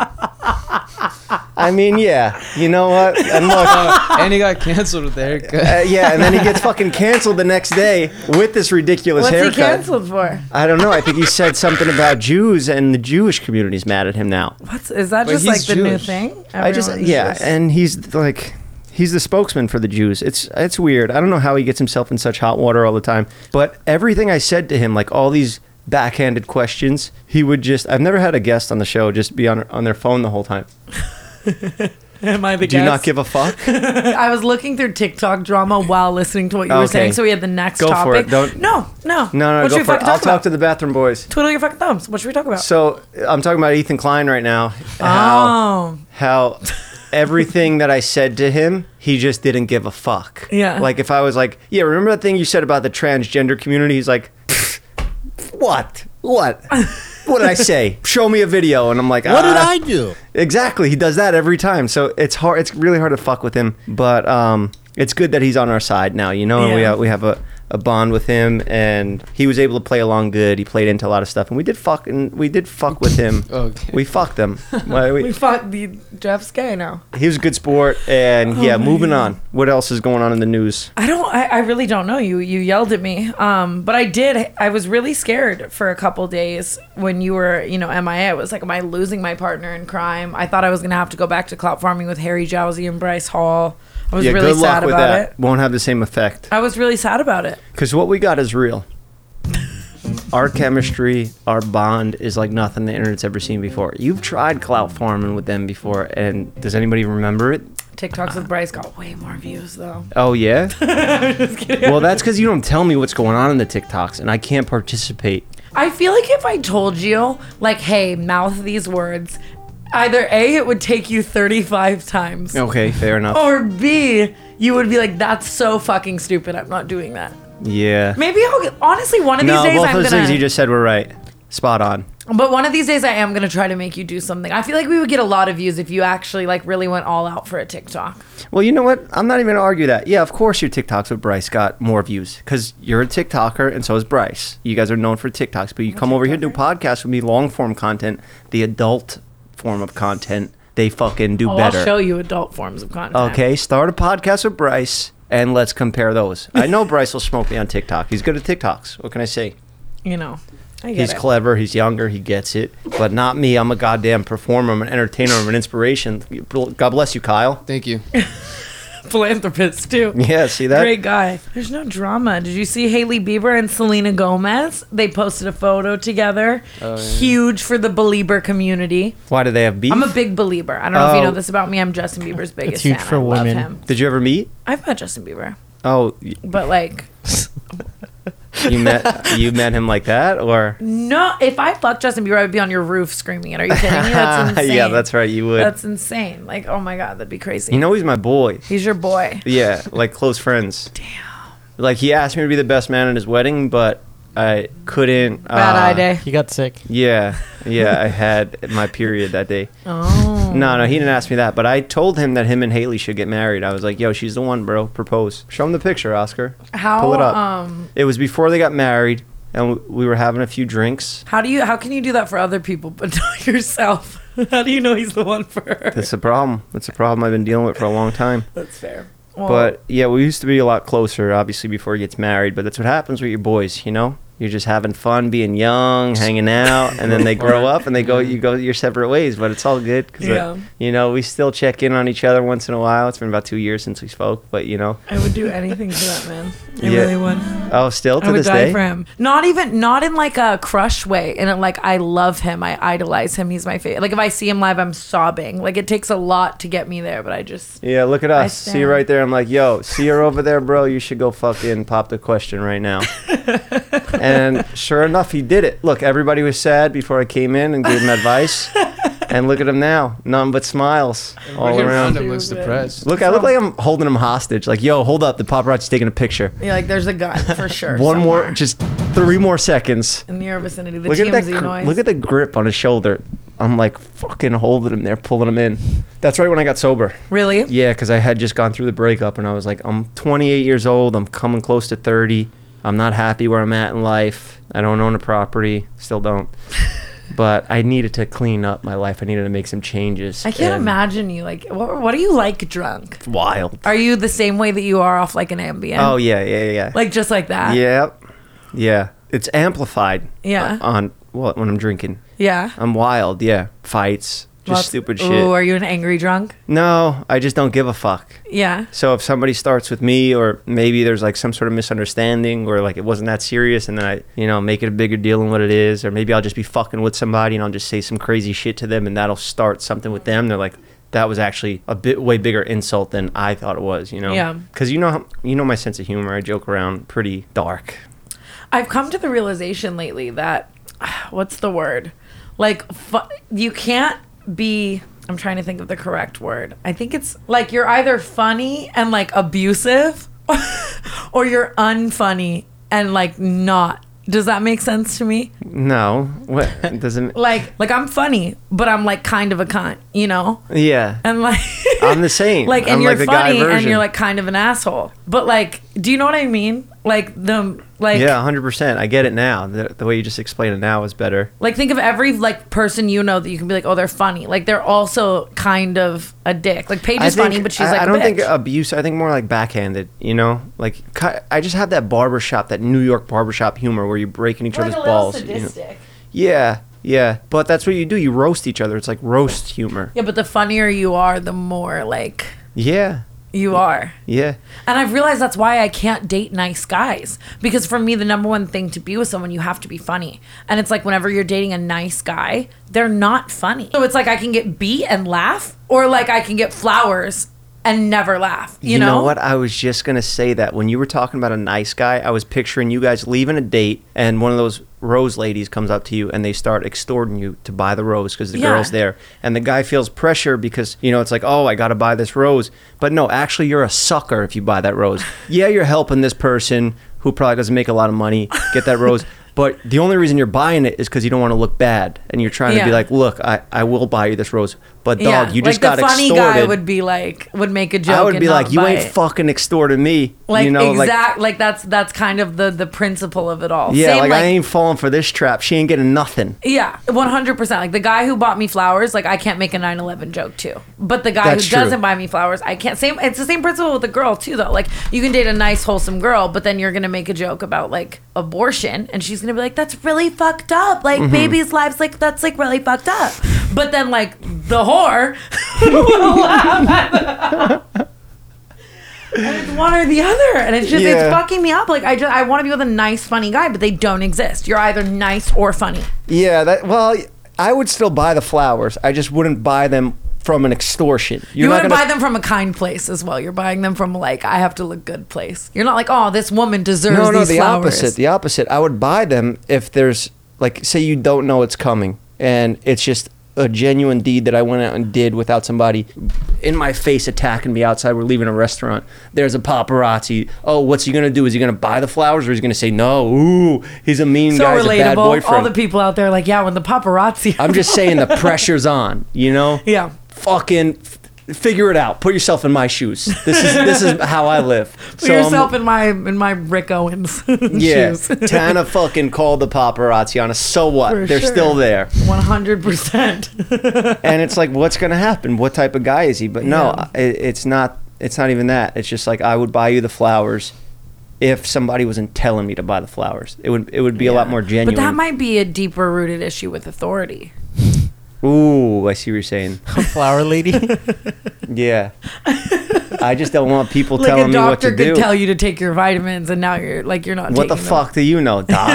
I mean, yeah. You know what? And look.
Uh, and he got canceled with the haircut.
Uh, yeah, and then he gets fucking canceled the next day with this ridiculous
what's
haircut.
he canceled for?
I don't know. I think he said something about Jews, and the Jewish community's mad at him now.
What's is that?
But
Just
he's
like the new
Jewish.
thing?
I just,
Everyone's
yeah,
just-
and he's like, he's the spokesman for the Jews. It's it's weird. I don't know how he gets himself in such hot water all the time. But everything I said to him, like all these backhanded questions, he would just. I've never had a guest on the show just be on on their phone the whole time.
Am I the
Do you not
guest?
give a fuck?
I was looking through TikTok drama while listening to what you were
Okay.
saying, so we had the next
Go for
topic.
it. Don't-
No, no,
No, no,
What should
go
we
for it.
fucking
I'll
talk
talk
about?
to the bathroom boys.
Twiddle your fucking thumbs. What should we talk about?
So I'm talking about Ethan Klein right now. How,
oh,
how everything that I said to him, he just didn't give a fuck.
Yeah.
Like if I was like, yeah, remember that thing you said about the transgender community? He's like, "Pfft, what? What? What did I say? Show me a video. And I'm like, "Ah,
What
Ah,
did I do?
Exactly. He does that every time. So it's hard. It's really hard to fuck with him. But um, it's good that he's on our side now. You know, and we
Yeah.
have, we have a, a bond with him, and he was able to play along good. He played into a lot of stuff, and we did fucking we did fuck with him.
Okay.
We fucked him. Why we-
We fucked the Jeff's gay now.
he was a good sport,
Oh,
and yeah. Moving on. What else is going on in the news?
I don't. I, I really don't know. You you yelled at me. Um, but I did. I was really scared for a couple days when you were, you know, MIA. It was like, am I losing my partner in crime? I thought I was gonna have to go back to clout farming with Harry Jowsey and Bryce Hall. I was
yeah,
really
good luck
sad
with
about
that.
it.
Won't have the same effect
I was really sad about it.
because what we got is real. our chemistry, our bond is like nothing the internet's ever seen before. You've tried clout farming with them before, and does anybody remember it?
TikToks with Bryce got way more views though.
Oh yeah. Well, that's because you don't tell me what's going on in the TikToks, and I can't participate.
I feel like if I told you, like, hey, mouth these words, either A, it would take you 35 times,
Okay, fair enough.
or B, you would be like, that's so fucking stupid. I'm not doing that.
yeah.
Maybe I'll get, honestly, one of Oh, these
No,
days
both
I'm
those
gonna.
things you just said were right. Spot on.
but one of these days I am gonna try to make you do something. I feel like we would get a lot of views if you actually like really went all out for a TikTok.
Well, you know what? I'm not even gonna argue that. Yeah, of course your TikToks with Bryce got more views because you're a TikToker and so is Bryce. You guys are known for TikToks, but you come over here and do podcasts with me, long form content, the adult form of content. They fucking do
Oh,
better.
I'll show you adult forms of content.
Okay, start a podcast with Bryce and let's compare those. I know Bryce will smoke me on TikTok. He's good at TikToks. What can I say?
You know, I get
He's
it.
clever. He's younger. He gets it. But not me. I'm a goddamn performer. I'm an entertainer. I'm an inspiration. God bless you, Kyle.
Thank you.
Philanthropist too.
Yeah, see that?
Great guy. There's no drama. Did you see Haley Bieber and Selena Gomez? They posted a photo together.
Oh,
Huge for the Belieber community.
Why do they have beef?
I'm a big Belieber. I don't know if you
Oh.
know this about me. I'm Justin Bieber's biggest
huge
fan.
for
I love
women.
him.
Did you ever meet?
I've met Justin Bieber,
Oh, y-
but like,
you met you met him like that, or
no. If I fucked Justin Bieber, I'd be on your roof screaming it. Are you kidding me? That's insane.
yeah, that's right. You would.
That's insane. Like, oh my god, that'd be crazy.
you know, he's my boy.
he's your boy.
Yeah, like close friends. Damn. Like he asked me to be the best man at his wedding, but I couldn't.
Bad
uh,
eye day.
He got sick.
Yeah, yeah, I had my period that day.
Oh.
No, no, he didn't ask me that, but I told him that him and Haley should get married. I was like, "Yo, she's the one, bro. Propose. Show him the picture, Oscar.
How
Pull it up."
um
It was before they got married, and w- we were having a few drinks.
how do you how can you do that for other people but not yourself? how do you know he's the one for her?
That's a problem. That's a problem I've been dealing with for a long time.
That's fair. Well,
But yeah, we used to be a lot closer, obviously, before he gets married. But that's what happens with your boys, you know. You're just having fun, being young, hanging out, and then they grow up and they go, you go your separate ways. But it's all good because,
Yeah.
you know, we still check in on each other once in a while. It's been about two years since we spoke, but you know,
I would do anything for that man. I
Yeah.
really would.
oh, still to
I would
this
die
day,
for him. Not even not in like a crush way, in a, like I love him, I idolize him. He's my favorite. Like if I see him live, I'm sobbing. Like it takes a lot to get me there, but I just
Yeah, look at us. See you
stand.
right there. I'm like, yo, see her over there, bro. You should go fucking pop the question right now. and sure enough, he did it. Look, everybody was sad before I came in and gave him advice. and look at him now. None but smiles all
Everyone
around.
him looks depressed.
Look, I look like I'm holding him hostage. Like, yo, hold up. The paparazzi's taking a picture.
you're like there's a gun for sure.
One more,
somewhere
just three more seconds.
in your vicinity. The
Look at, that
TMZ
gr-
noise.
look at the grip on his shoulder. I'm like fucking holding him there, pulling him in. That's right when I got sober.
really?
Yeah, because I had just gone through the breakup and I was like, I'm 28 years old. I'm coming close to 30. I'm not happy where I'm at in life. I don't own a property. Still don't. but I needed to clean up my life. I needed to make some changes.
I can't
and
imagine you like what, what are you like drunk?
It's wild.
Are you the same way that you are off like an ambient?
Oh, yeah, yeah, yeah.
like just like that.
yep. Yeah. It's amplified.
Yeah.
On what? When I'm drinking.
Yeah.
I'm wild. Yeah. Fights. Just
Lots-
stupid
Ooh,
shit.
are you an angry drunk?
no, I just don't give a fuck.
Yeah.
So if somebody starts with me, or maybe there's like some sort of misunderstanding, or like it wasn't that serious, and then I, you know, make it a bigger deal than what it is, or maybe I'll just be fucking with somebody and I'll just say some crazy shit to them, and that'll start something with them. They're like, that was actually a bit way bigger insult than I thought it was, you know?
Yeah.
Because you know, how- you know my sense of humor. I joke around pretty dark.
I've come to the realization lately that what's the word? Like fu- you can't be I'm trying to think of the correct word. I think it's like you're either funny and like abusive or you're unfunny and like not. Does that make sense to me?
No, what doesn't?
Like like I'm funny, but I'm like kind of a cunt. you know?
Yeah.
And like
I'm the same.
like and
I'm
you're
like the guy
funny and
version.
you're like kind of an asshole. But like, do you know what I mean? Like the like
yeah, 100%. I get it now. The, the way you just explained it now is better.
Like think of every like person you know that you can be like, oh, they're funny. Like they're also kind of a dick. Like Paige is
think-
funny, but she's
I,
like,
I don't
a bitch.
think abuse. I think more like backhanded. You know, like ki- I just have that barbershop, that New York barbershop humor where you're breaking each other's balls. you know? Yeah, yeah. But that's what you do. You roast each other. It's like roast humor.
Yeah, but the funnier you are, the more like
Yeah,
you are.
yeah.
And I've realized that's why I can't date nice guys. Because for me, the number one thing to be with someone, you have to be funny. And it's like whenever you're dating a nice guy, they're not funny. So it's like I can get beat and laugh, or like I can get flowers and never laugh. You,
You, know? what? I was just gonna say that when you were talking about a nice guy, I was picturing you guys leaving a date, and one of those rose ladies comes up to you, and they start extorting you to buy the rose because the
Yeah.
girl's there, and the guy feels pressure because you know it's like, oh, I gotta buy this rose, but no, actually, you're a sucker if you buy that rose. yeah, you're helping this person who probably doesn't make a lot of money get that rose. But the only reason you're buying it is because you don't want to look bad, and you're trying to be
Yeah.
like, "Look, I, I will buy you this rose, but dog, you
like
just got
the funny
extorted."
guy would be like would make a joke.
I would
and
be like,
not
you
buy
ain't
it."
fucking extorting me.
Like
you know,
exact, like, that's that's kind of the the principle of it all.
like yeah,
Same,
like, I ain't falling for this trap. She ain't getting nothing.
Yeah, one hundred percent. Like the guy who bought me flowers, like I can't make a 9-11 joke too. But the guy
That's
who
true.
doesn't buy me flowers, I can't. Same. It's the same principle with the girl too, though. Like you can date a nice, wholesome girl, but then you're gonna make a joke about like abortion, and she's gonna be like, "That's really fucked up.
Mm-hmm.
Like babies' lives, like that's like really fucked up." But then like the whore will laugh. at the- And it's one or the other, and it's just
Yeah.
it's fucking me up. Like I just I want to be with a nice, funny guy, but they don't exist. You're either nice or funny.
Yeah, that. Well, I would still buy the flowers. I just wouldn't buy them from an extortion. You're
You're you would not buy them from a kind place as well. You're buying them from like I have to look good place. You're not like oh this woman deserves
No, no,
these
the
flowers.
opposite. The opposite. I would buy them if there's like, say you don't know it's coming, and it's just a genuine deed that I went out and did without somebody in my face attacking me outside. We're leaving a restaurant. There's a paparazzi. Oh, what's he gonna do? Is he gonna buy the flowers, or is he gonna say no? Ooh, he's a mean
so
guy. He's a bad
relatable.
boyfriend.
All the people out there like yeah when the paparazzi.
I'm just saying the pressure's on. You know?
Yeah.
Fucking. f- Figure it out. Put yourself in my shoes. This is this is how I live.
Put
So I'm-
yourself in my in my Rick Owens
yeah,
shoes.
Tana fucking called the paparazzi on us. So what?
For
They're
sure.
still there,
One hundred percent.
and it's like, what's gonna happen? What type of guy is he? But no,
Yeah.
I it's not. It's not even that. It's just like I would buy you the flowers if somebody wasn't telling me to buy the flowers. It would it would be a lot more genuine.
But that might be a deeper rooted issue with authority.
Ooh, I see what you're saying.
flower lady.
Yeah, I just don't want people
Like
telling
a
me what
doctor
to
could
do.
tell you to take your vitamins, and now you're like you're not.
what the
taking them.
fuck do you know, doc?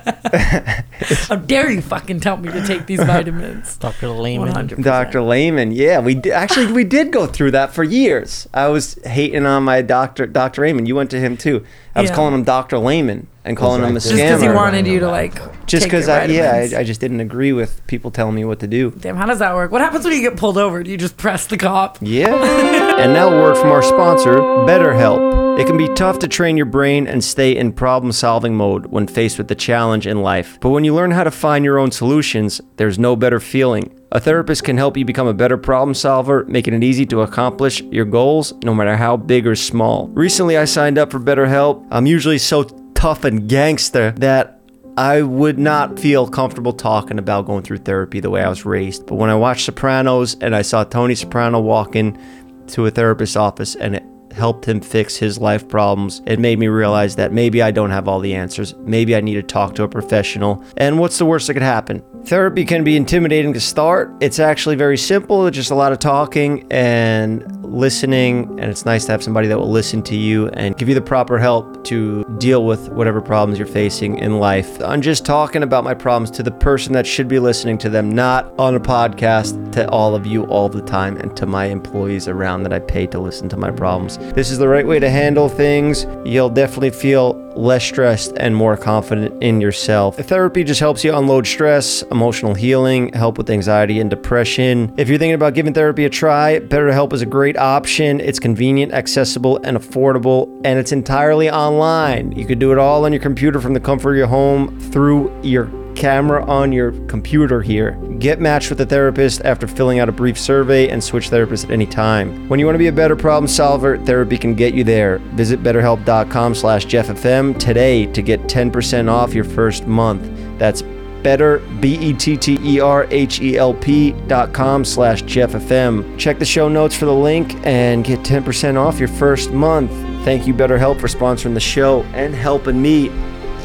How dare you fucking tell me to take these vitamins?
Dr.
One
Lehman.
hundred.
Dr. Lehman. Yeah, we did, actually we did go through that for years. I was hating on my doctor, Dr. Lehman. You went to him too. I was
Yeah.
calling him Dr. Lehman and calling him a
Just because he
scammer.
wanted you to like.
Just
because
because I, yeah, I, I just didn't agree with people telling me what to do.
Damn, how does that work? What happens when you get pulled over? Do you just press the cop?
Yeah. and now a word from our sponsor, BetterHelp. It can be tough to train your brain and stay in problem solving mode when faced with a challenge in life. But when you learn how to find your own solutions, there's no better feeling. A therapist can help you become a better problem solver, making it easy to accomplish your goals, no matter how big or small. Recently, I signed up for BetterHelp. I'm usually so tough and gangster that I would not feel comfortable talking about going through therapy the way I was raised. But when I watched Sopranos and I saw Tony Soprano walk in to a therapist's office and it helped him fix his life problems, it made me realize that maybe I don't have all the answers. Maybe I need to talk to a professional. And what's the worst that could happen? Therapy can be intimidating to start. It's actually very simple, it's just a lot of talking and listening. And it's nice to have somebody that will listen to you and give you the proper help to deal with whatever problems you're facing in life. I'm just talking about my problems to the person that should be listening to them, not on a podcast to all of you all the time and to my employees around that I pay to listen to my problems. This is the right way to handle things. You'll definitely feel less stressed and more confident in yourself. Therapy just helps you unload stress, emotional healing, help with anxiety and depression. If you're thinking about giving therapy a try, BetterHelp is a great option. It's convenient, accessible, and affordable, and it's entirely online. You can do it all on your computer from the comfort of your home through your camera on your computer here. Get matched with a therapist after filling out a brief survey and switch therapists at any time. When you want to be a better problem solver, therapy can get you there. Visit betterhelp.com slash jefffm today to get 10% off your first month. That's better, E B-E-T-T-E-R-H-E-L-P E dot com slash jefffm. Check the show notes for the link and get 10% off your first month. Thank you, BetterHelp, for sponsoring the show and helping me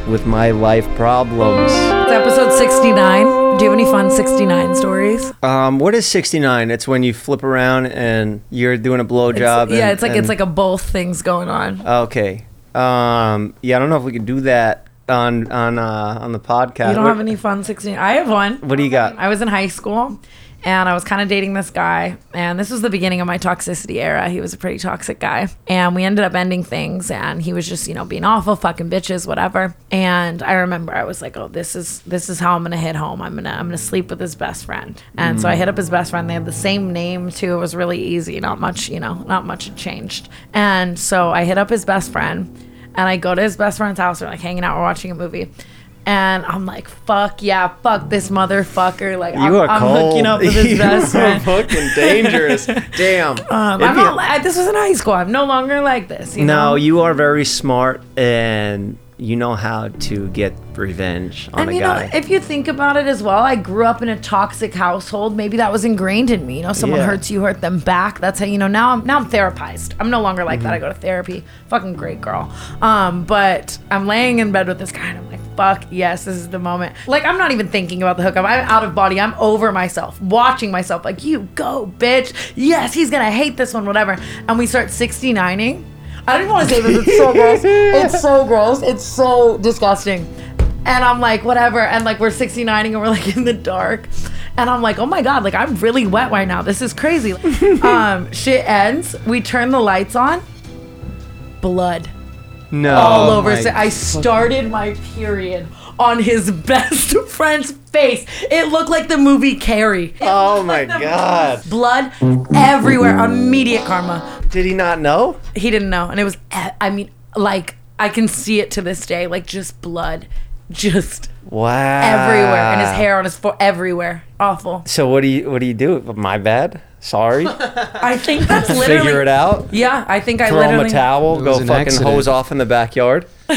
with my life problems.
It's episode 69. Do you have any fun 69 stories?
Um, what is 69? It's when you flip around and you're doing a blowjob.
It's-
and-
yeah, it's like it's
and-
like a both things going on.
okay. Um, yeah, I don't know if we could do that on on uh, on the podcast.
You don't
what,
have any fun 69. I have one.
What do you got?
I was in high school and I was kind of dating this guy. And this was the beginning of my toxicity era. He was a pretty toxic guy. And we ended up ending things and he was just, you know, being awful, fucking bitches, whatever. And I remember I was like, oh, this is this is how I'm gonna hit home. I'm gonna I'm gonna sleep with his best friend. And so I hit up his best friend. They had the same name too. It was really easy, not much, you know, not much had changed. And so I hit up his best friend and I go to his best friend's house. We're like hanging out. We're watching a movie. And I'm like, fuck yeah, fuck this motherfucker. Like, I'm,
you are
I'm
cold.
hooking up with his
You
best
are
friend.
fucking dangerous. Damn.
Um,
It'd
I'm
be-
not, li- this was in high school. I'm no longer like this. You
no,
know?
you are very smart and you know how to get revenge on
And
a
you
guy.
know, if you think about it as well, I grew up in a toxic household. Maybe that was ingrained in me. You know, someone
Yeah.
hurts you, hurt them back. That's how you know. Now I'm now I'm therapized. I'm no longer like that.
Mm-hmm.
I go to therapy. Fucking great girl. Um, but I'm laying in bed with this guy, and I'm like, fuck yes, this is the moment. Like I'm not even thinking about the hookup. I'm out of body. I'm over myself, watching myself. Like you go, bitch. Yes, he's gonna hate this one, whatever. And we start 69ing. I didn't want to say this. It's so gross. It's so gross. It's so disgusting. And I'm like, whatever. And like, we're 69ing and we're like in the dark. And I'm like, oh my God, like, I'm really wet right now. This is crazy. um, shit ends. We turn the lights on. Blood
no.
all over.
my
So I started my period on his best friend's face. It looked like the movie Carrie.
Oh my God.
Blood everywhere. Immediate karma.
Did he not know?
He didn't know. And it was, I mean, like, I can see it to this day. Like, just blood. Just
Wow.
everywhere and
Ah.
his hair on his foot everywhere awful
So what do you what do you do? My bad. Sorry.
i think that's literally
Figure it out.
yeah i think i
throw him
literally
a towel,
It
go
was an
fucking
accident.
hose off in the backyard.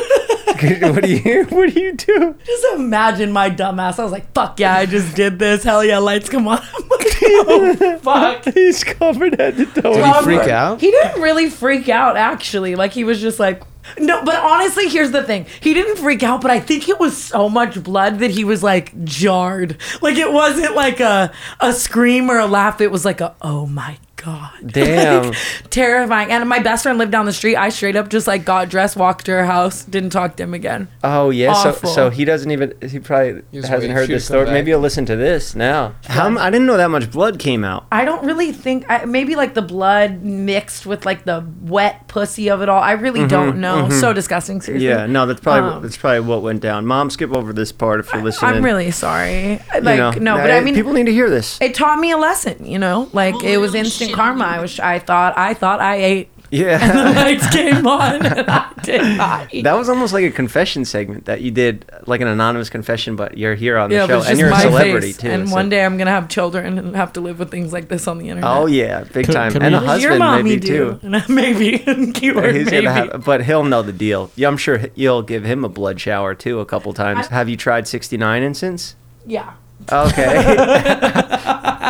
what do you what do you do?
just imagine my dumbass i was like fuck yeah i just did this hell yeah lights come on i'm like oh fuck
He's covered head to toe.
Did he freak out?
he didn't really freak out actually like he was just like no but honestly here's the thing he didn't freak out but i think it was so much blood that he was like jarred like it wasn't like a a scream or a laugh it was like a oh my god
Damn.
terrifying. And my best friend lived down the street. I straight up just like got dressed, walked to her house, didn't talk to him again.
Oh yeah. So,
Awful.
so he doesn't even he probably
He was
hasn't
waiting
heard
for you
this
to come
story.
back.
Maybe he'll listen to this now. How m- I didn't know that much blood came out.
I don't really think I, maybe like the blood mixed with like the wet pussy of it all. I really
Mm-hmm,
don't know. So disgusting. Seriously.
Yeah, no, that's probably
Um,
that's probably what went down. Mom, skip over this part if you're listening.
I'm really sorry. I-
you
Like
know,
no, but I mean
people need to hear this.
it taught me a lesson. You know, like it was instant karma. I was I thought I thought I ate.
Yeah.
The lights came on and I did not eat.
That was almost like a confession segment that you did, like an anonymous confession, but you're here on the
Yeah, it
show
was
and
just
you're a
my
celebrity
face.
too.
And
so-
one day I'm gonna have children and have to live with things like this on the internet.
Oh yeah, big
Could-
time,
could
and
we-
a
Who's
husband maybe too.
maybe. Keyword,
He's
maybe.
gonna have, but he'll know the deal. Yeah, I'm sure he- you'll give him a blood shower too a couple times. have you tried 69 instance?
yeah.
Okay,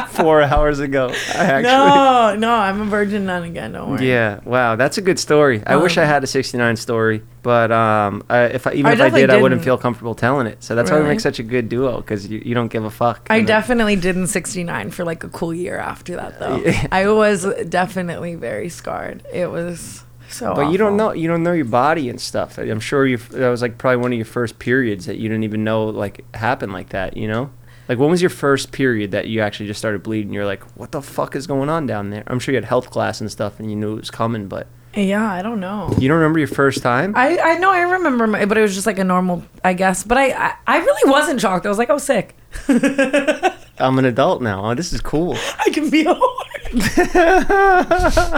four hours ago. I actually.
No, no, I'm a virgin nun again. Don't worry.
Yeah, wow, that's a good story. I wish I had a 69 story, but um, I, if I, even
Um, I
if I
definitely
did, I wouldn't
didn't.
feel comfortable telling it. So that's why we
Really?
make such a good duo because you, you don't give a fuck.
I
And it-
definitely did in 69 for like a cool year after that, though.
Yeah.
I was definitely very scarred. It was so.
But you don't
awful.
know you don't know your body and stuff. I- I'm sure you that was like probably one of your first periods that you didn't even know like happened like that. You know, like when was your first period that you actually just started bleeding? You're like, what the fuck is going on down there? I'm sure you had health class and stuff and you knew it was coming, but
Yeah, I don't know.
you don't remember your first time.
I, I know I remember, my, but it was just like a normal, I guess. But I, I, I really wasn't shocked. I was like, oh, sick.
I'm an adult now. Oh, this is cool.
I can be a whore.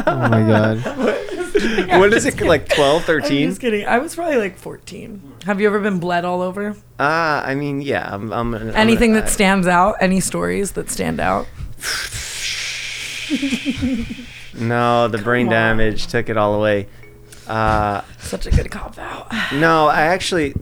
Oh my god.
What is it like 12,
I'm
13?
just kidding. I was probably like 14. Have you ever been bled all over?
Ah, I mean, yeah. I'm, I'm an- I'm
Anything
an-
that stands out? Any stories that stand out?
No, the brain
on.
damage took it all away. Uh,
Such a good cop out.
no, I actually,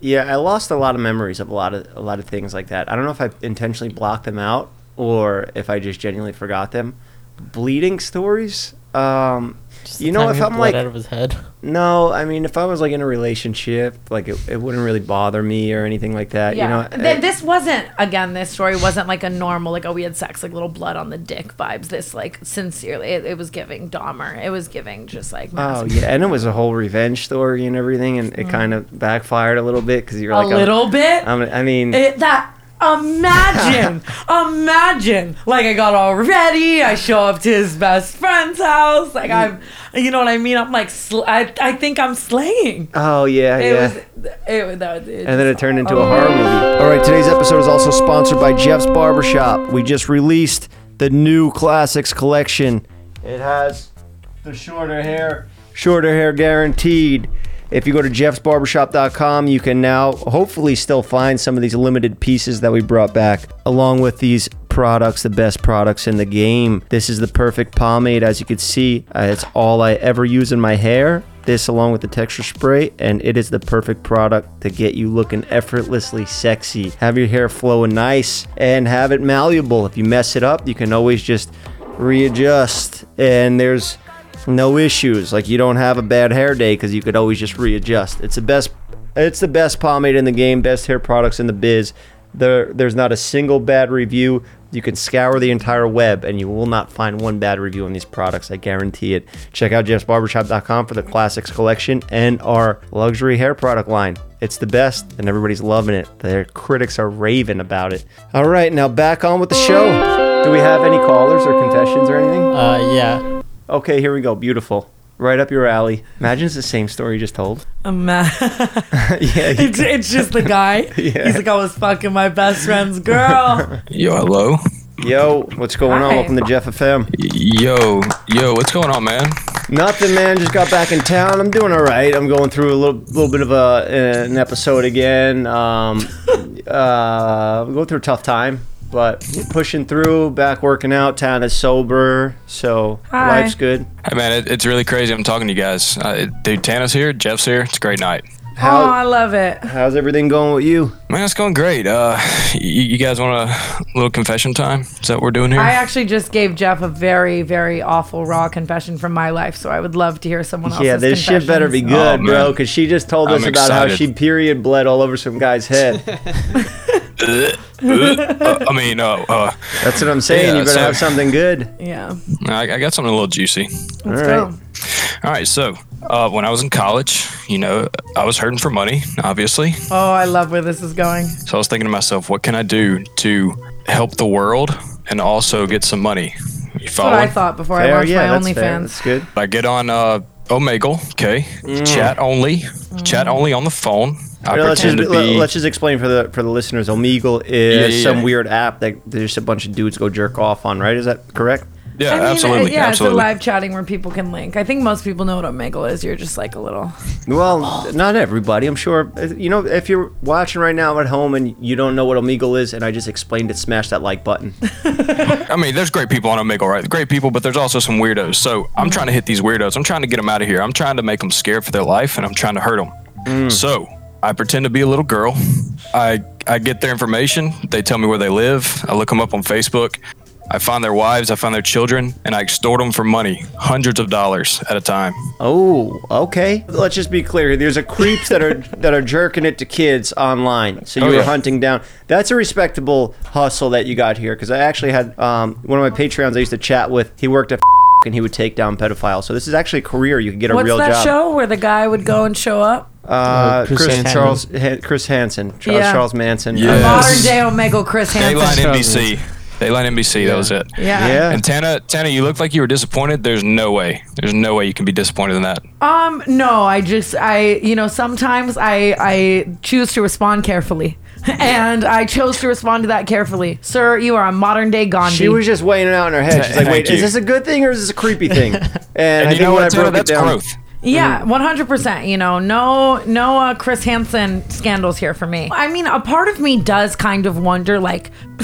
yeah, I lost a lot of memories of a lot of a lot of things like that. I don't know if I intentionally blocked them out or if I just genuinely forgot them. Bleeding stories. Um,
Just
you
the
know,
time
if
he
I'm
bled
like
out of his head.
No, I mean, if I was like in a relationship, like it, it wouldn't really bother me or anything like that.
Yeah.
You know, uh,
Th-
it-
this wasn't, again, this story wasn't like a normal, like, oh, we had sex, like little blood on the dick vibes. This, like, sincerely, it, it was giving Dahmer. It was giving just like,
oh
massive-
yeah, and it was a whole revenge story and everything, and it kind of backfired a little bit because you were
Mm. a
like,
little bit.
I'm, I'm, I mean,
it, Eh, that imagine imagine like i got all ready i show up to his best friend's house like i'm
Mm.
you know what i mean i'm like sl- I, I think i'm slaying
oh yeah,
it
yeah.
was it was that was it Oh.
and then it turned into a horror movie.
All right, today's episode is also sponsored by Jeff's Barbershop. We just released the new classics collection. It has the shorter hair,
Shorter hair guaranteed.
If you go to jeffsbarbershop.com, you can now hopefully still find some of these limited pieces that we brought back, along with these products, the best products in the game. This is the perfect pomade, as you can see. Uh, it's all I ever use in my hair. This, along with the texture spray, and it is the perfect product to get you looking effortlessly sexy. Have your hair flowing nice and have it malleable. If you mess it up, you can always just readjust, and there's no issues. Like you don't have a bad hair day because you could always just readjust. It's the best. It's the best pomade in the game. Best hair products in the biz. There, there's not a single bad review. You can scour the entire web and you will not find one bad review on these products. I guarantee it. Check out jeffsbarbershop.com for the classics collection and our luxury hair product line. It's the best and everybody's loving it. Their critics are raving about it. All right, now back on with the show.
Do we have any callers or confessions or anything?
Uh, yeah.
Okay, here we go. Beautiful. Right up your alley. Imagine it's the same story you just told. Yeah.
it's, it's just the guy he's like i was fucking my best friend's girl
Yo, hello.
Yo, what's going on?
Hi.
Welcome to Jeff FM.
Yo, yo, what's going on, man?
Nothing, man. Just got back in town. I'm doing all right. I'm going through a little little bit of a an episode again. Um, uh, I'm going through a tough time, but pushing through. Back working out. Town is sober, so
Hi.
life's good.
Hey, man, it, it's really crazy. I'm talking to you guys. Uh, it- dude, Tana's here. Jeff's here. It's a great night.
oh i love it
How's everything going with you?
Man, it's going great. Uh, you, you guys want a little confession time? Is that what we're doing here?
I actually just gave Jeff a very, very awful raw confession from my life, so I would love to hear someone else's.
Yeah, this shit better be
confessions.
good,
Oh,
bro.
man.
Because she just told
I'm
us about how
excited.
she period bled all over some guy's head.
Uh, I mean, uh, uh,
That's what I'm saying.
Yeah,
you better
so-
have something good.
Yeah,
I, I got something a little juicy.
let's
All right.
go.
All right, so uh, when I was in college, you know, I was hurting for money, obviously.
Oh, I love where this is going.
So I was thinking to myself, what can I do to help the world and also get some money? You
That's what I
following?
thought before I
Oh, Fair,
launched
yeah,
my
that's fair. That's
OnlyFans.
good.
I get on uh, Omegle, okay,
Mm.
chat only, chat only on the phone. I
Yeah, let's,
pretend
just,
to
let-
be.
let's just explain for the for the listeners. Omegle is
Yeah, yeah,
some
yeah.
weird app that there's a bunch of dudes go jerk off on, right? Is that correct?
yeah,
I mean, uh,
absolutely,
yeah,
absolutely.
it's a live chatting where people can link. I think most people know what Omegle is. You're just like a little.
Well, not everybody. I'm sure. You know, if you're watching right now at home and you don't know what Omegle is, and I just explained it, smash that like button.
I mean, there's great people on Omegle, right? Great people, but there's also some weirdos. So I'm trying to hit these weirdos. I'm trying to get them out of here. I'm trying to make them scared for their life, and I'm trying to hurt them.
Mm.
So I pretend to be a little girl. I I get their information. They tell me where they live. I look them up on Facebook. I find their wives. I find their children, and I extort them for money, hundreds of dollars at a time.
Oh, okay. Let's just be clear. There's a creeps that are that are jerking it to kids online. So you
Oh,
were
yeah.
hunting down. That's a respectable hustle that you got here. Because I actually had um, one of my patreons I used to chat with. He worked at and he would take down pedophiles. So this is actually a career you can get a
What's
real
that
job.
show where the guy would go and show up?
Uh, Chris,
Chris Hansen.
Charles Han- Chris Hansen, Charles,
Yeah.
Charles Manson. Uh,
Yeah.
Modern day Omegle Chris
Dayline
Hansen.
NBC. Dayline NBC. That was it.
Yeah.
Yeah.
And Tana, Tana, you look like you were disappointed. There's no way. There's no way you can be disappointed in that.
Um. No, I just I you know sometimes I I choose to respond carefully. and I chose to respond to that carefully. Sir, you are a modern day Gandhi.
She was just weighing it out in her head. She's like,
Thank
wait, is
you.
this a good thing or is this a creepy thing? And, I
And you
think
know
when I
what, Tana?
broke it
That's
down,
growth.
Yeah, one hundred percent. You know, no, no uh, Chris Hansen scandals here for me. I mean, a part of me does kind of wonder, like,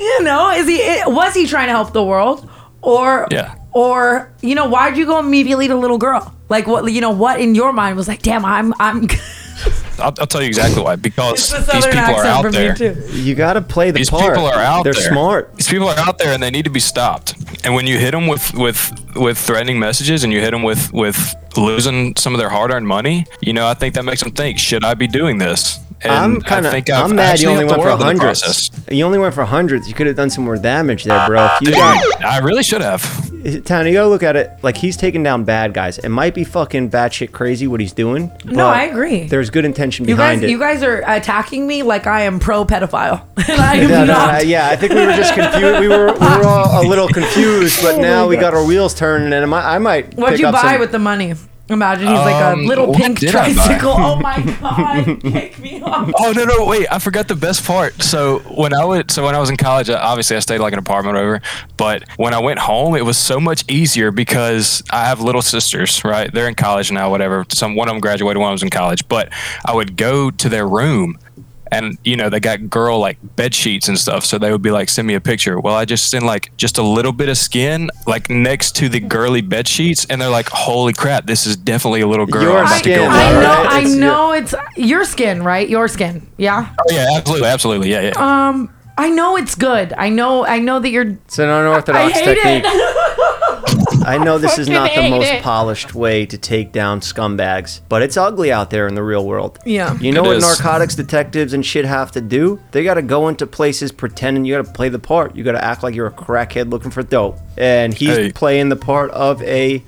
you know, is he i- was he trying to help the world, or
Yeah.
or you know, why'd you go immediately to little girl? Like, what you know, what in your mind was like, damn, I'm I'm.
I'll, I'll tell you exactly why.
It's
Because
a
these
southern
people are
accent
out
from
there.
you too.
you got to play the
These
part.
people are out
They're
there.
smart.
These people are out there, and they need to be stopped. And when you hit them with with with threatening messages, and you hit them with with losing some of their hard earned money, you know, I think that makes them think, should I be doing this? And
I'm kind of.
I think I've
I'm mad you
actually
only
helped
went
the
for
world in the
hundreds.
process. Ah,
You only went for hundreds. You could have done some more damage there, bro. If you
Dude,
got
I really should have.
Town, you gotta look at it like he's taking down bad guys. It might be fucking batshit crazy what he's doing. but
I agree.
There's good intention
You guys,
behind it.
you guys are attacking me like I am pro pedophile, and I am
yeah, no,
not.
I- yeah, I think we were just confused. We were, we were all a little confused, but now we got our wheels turning, and I might, I might
Oh What'd
pick
you
up
buy
some-
with the money? Imagine he's like a
Um,
little
what
pink
did I buy?
tricycle. Oh my god, pick me up.
Oh no no wait! I forgot the best part. So when I would, so when I was in college, I, obviously I stayed like an apartment over. But when I went home, it was so much easier because I have little sisters. Right, they're in college now. Whatever. Some one of them graduated, one of them's in college. But I would go to their room, and you know they got girl like bed sheets and stuff. So they would be like, send me a picture. Well, I just send like just a little bit of skin like next to the girly bed sheets, and they're like, holy crap, this is definitely a little girl.
Your
I'm about to
skin.
go
Yeah,
I
wild."
know,
right?
I
It's your-
know it's your skin, right? Your skin, yeah.
Oh, yeah, absolutely, absolutely, yeah, yeah.
I know it's good. I know, I know that you're.
It's an unorthodox
I hate
technique. I know this is not the
hate
most
it.
polished way to take down scumbags, but it's ugly out there in the real world.
Yeah.
You know
It
what
is.
narcotics detectives and shit have to do? They got to go into places pretending you got to play the part. You got to act like you're a crackhead looking for dope. And he's
Hey.
playing the part of a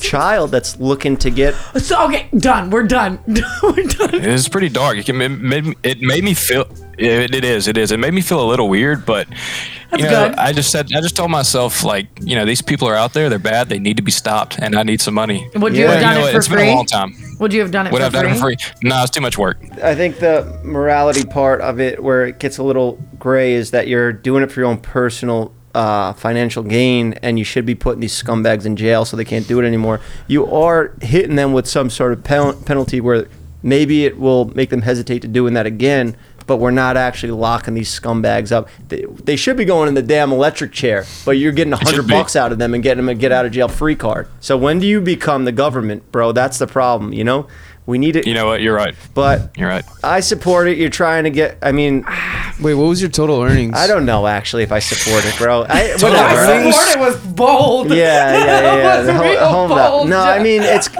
child that's looking to get
So okay, done. We're done. We're done.
It was pretty dark. It, can- it made, me- it made me feel. It, it is. It is. It made me feel a little weird, but you know,
good.
I just said. I just told myself, like, you know, these people are out there. They're bad. They need to be stopped, and I need some money.
Would you
But
have done
know
it
what?
for
It's been
free?
a long time.
Would you have done it
Would
for
I've
free?
done it for free? No, it's too much work.
I think the morality part of it, where it gets a little gray, is that you're doing it for your own personal uh, financial gain, and you should be putting these scumbags in jail so they can't do it anymore. You are hitting them with some sort of pen- penalty where maybe it will make them hesitate to doing that again. But we're not actually locking these scumbags up. They, they should be going in the damn electric chair, but you're getting a hundred
should be.
bucks out of them and getting them a get out of jail free card. So when do you become the government, bro? That's the problem. You know, we need it.
You know what? You're right.
but
You're right.
I support it. You're trying to get. I mean, I
Wait, what was your total earnings?
don't know actually if I support it, bro. I, whatever.
I
Earnings?
swore it was bold.
yeah, yeah, yeah. yeah.
That was
Hold-
real
hold up.
bold.
No, I mean it's it-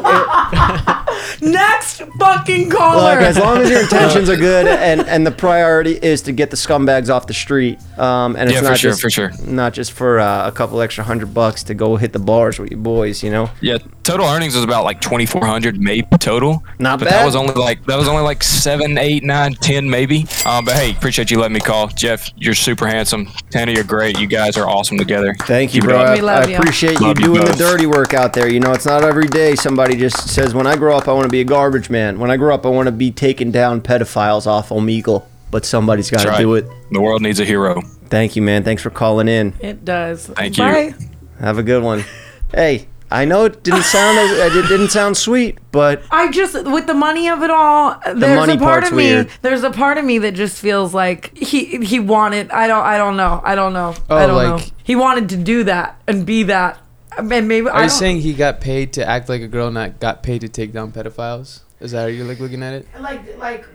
look.
Next fucking caller.
As long as your intentions are good and and the priority is to get the scumbags off the street, um, and it's
Yeah, for
not
sure,
just
for sure.
not just for uh, a couple extra hundred bucks to go hit the bars with your boys, you know.
Yeah, total earnings was about like twenty four hundred maybe total.
Not
but
bad.
That was only like that was only like seven, eight, nine, ten maybe. Um, but hey, appreciate you letting me call, Jeff. You're super handsome. Tanner, you're great. You guys are awesome together.
Thank you,
Keep it
bro.
up.
I,
We love
I
you.
appreciate you
Love you
doing the
both.
dirty work out there. You know, it's not every day somebody just says, "When I grow up, I want to be a garbage man. When I grow up, I want to be taking down pedophiles off Omegle." But somebody's got to
That's right.
do it.
The world needs a hero.
Thank you, man. Thanks for calling in.
it does.
Thank you.
Bye.
Have a good one. Hey, I know it didn't sound as, it didn't sound sweet, but
I just with the money of it all, there's
money
a part
part's
of me.
weird.
There's a part of me that just feels like he he wanted. I don't. I don't know. I don't know. I
Oh,
don't
like-
know. He wanted to do that and be that. And maybe I
Are you
don't,
saying he got paid to act like a girl, not got paid to take down pedophiles? Is that how you're like looking at it?
like like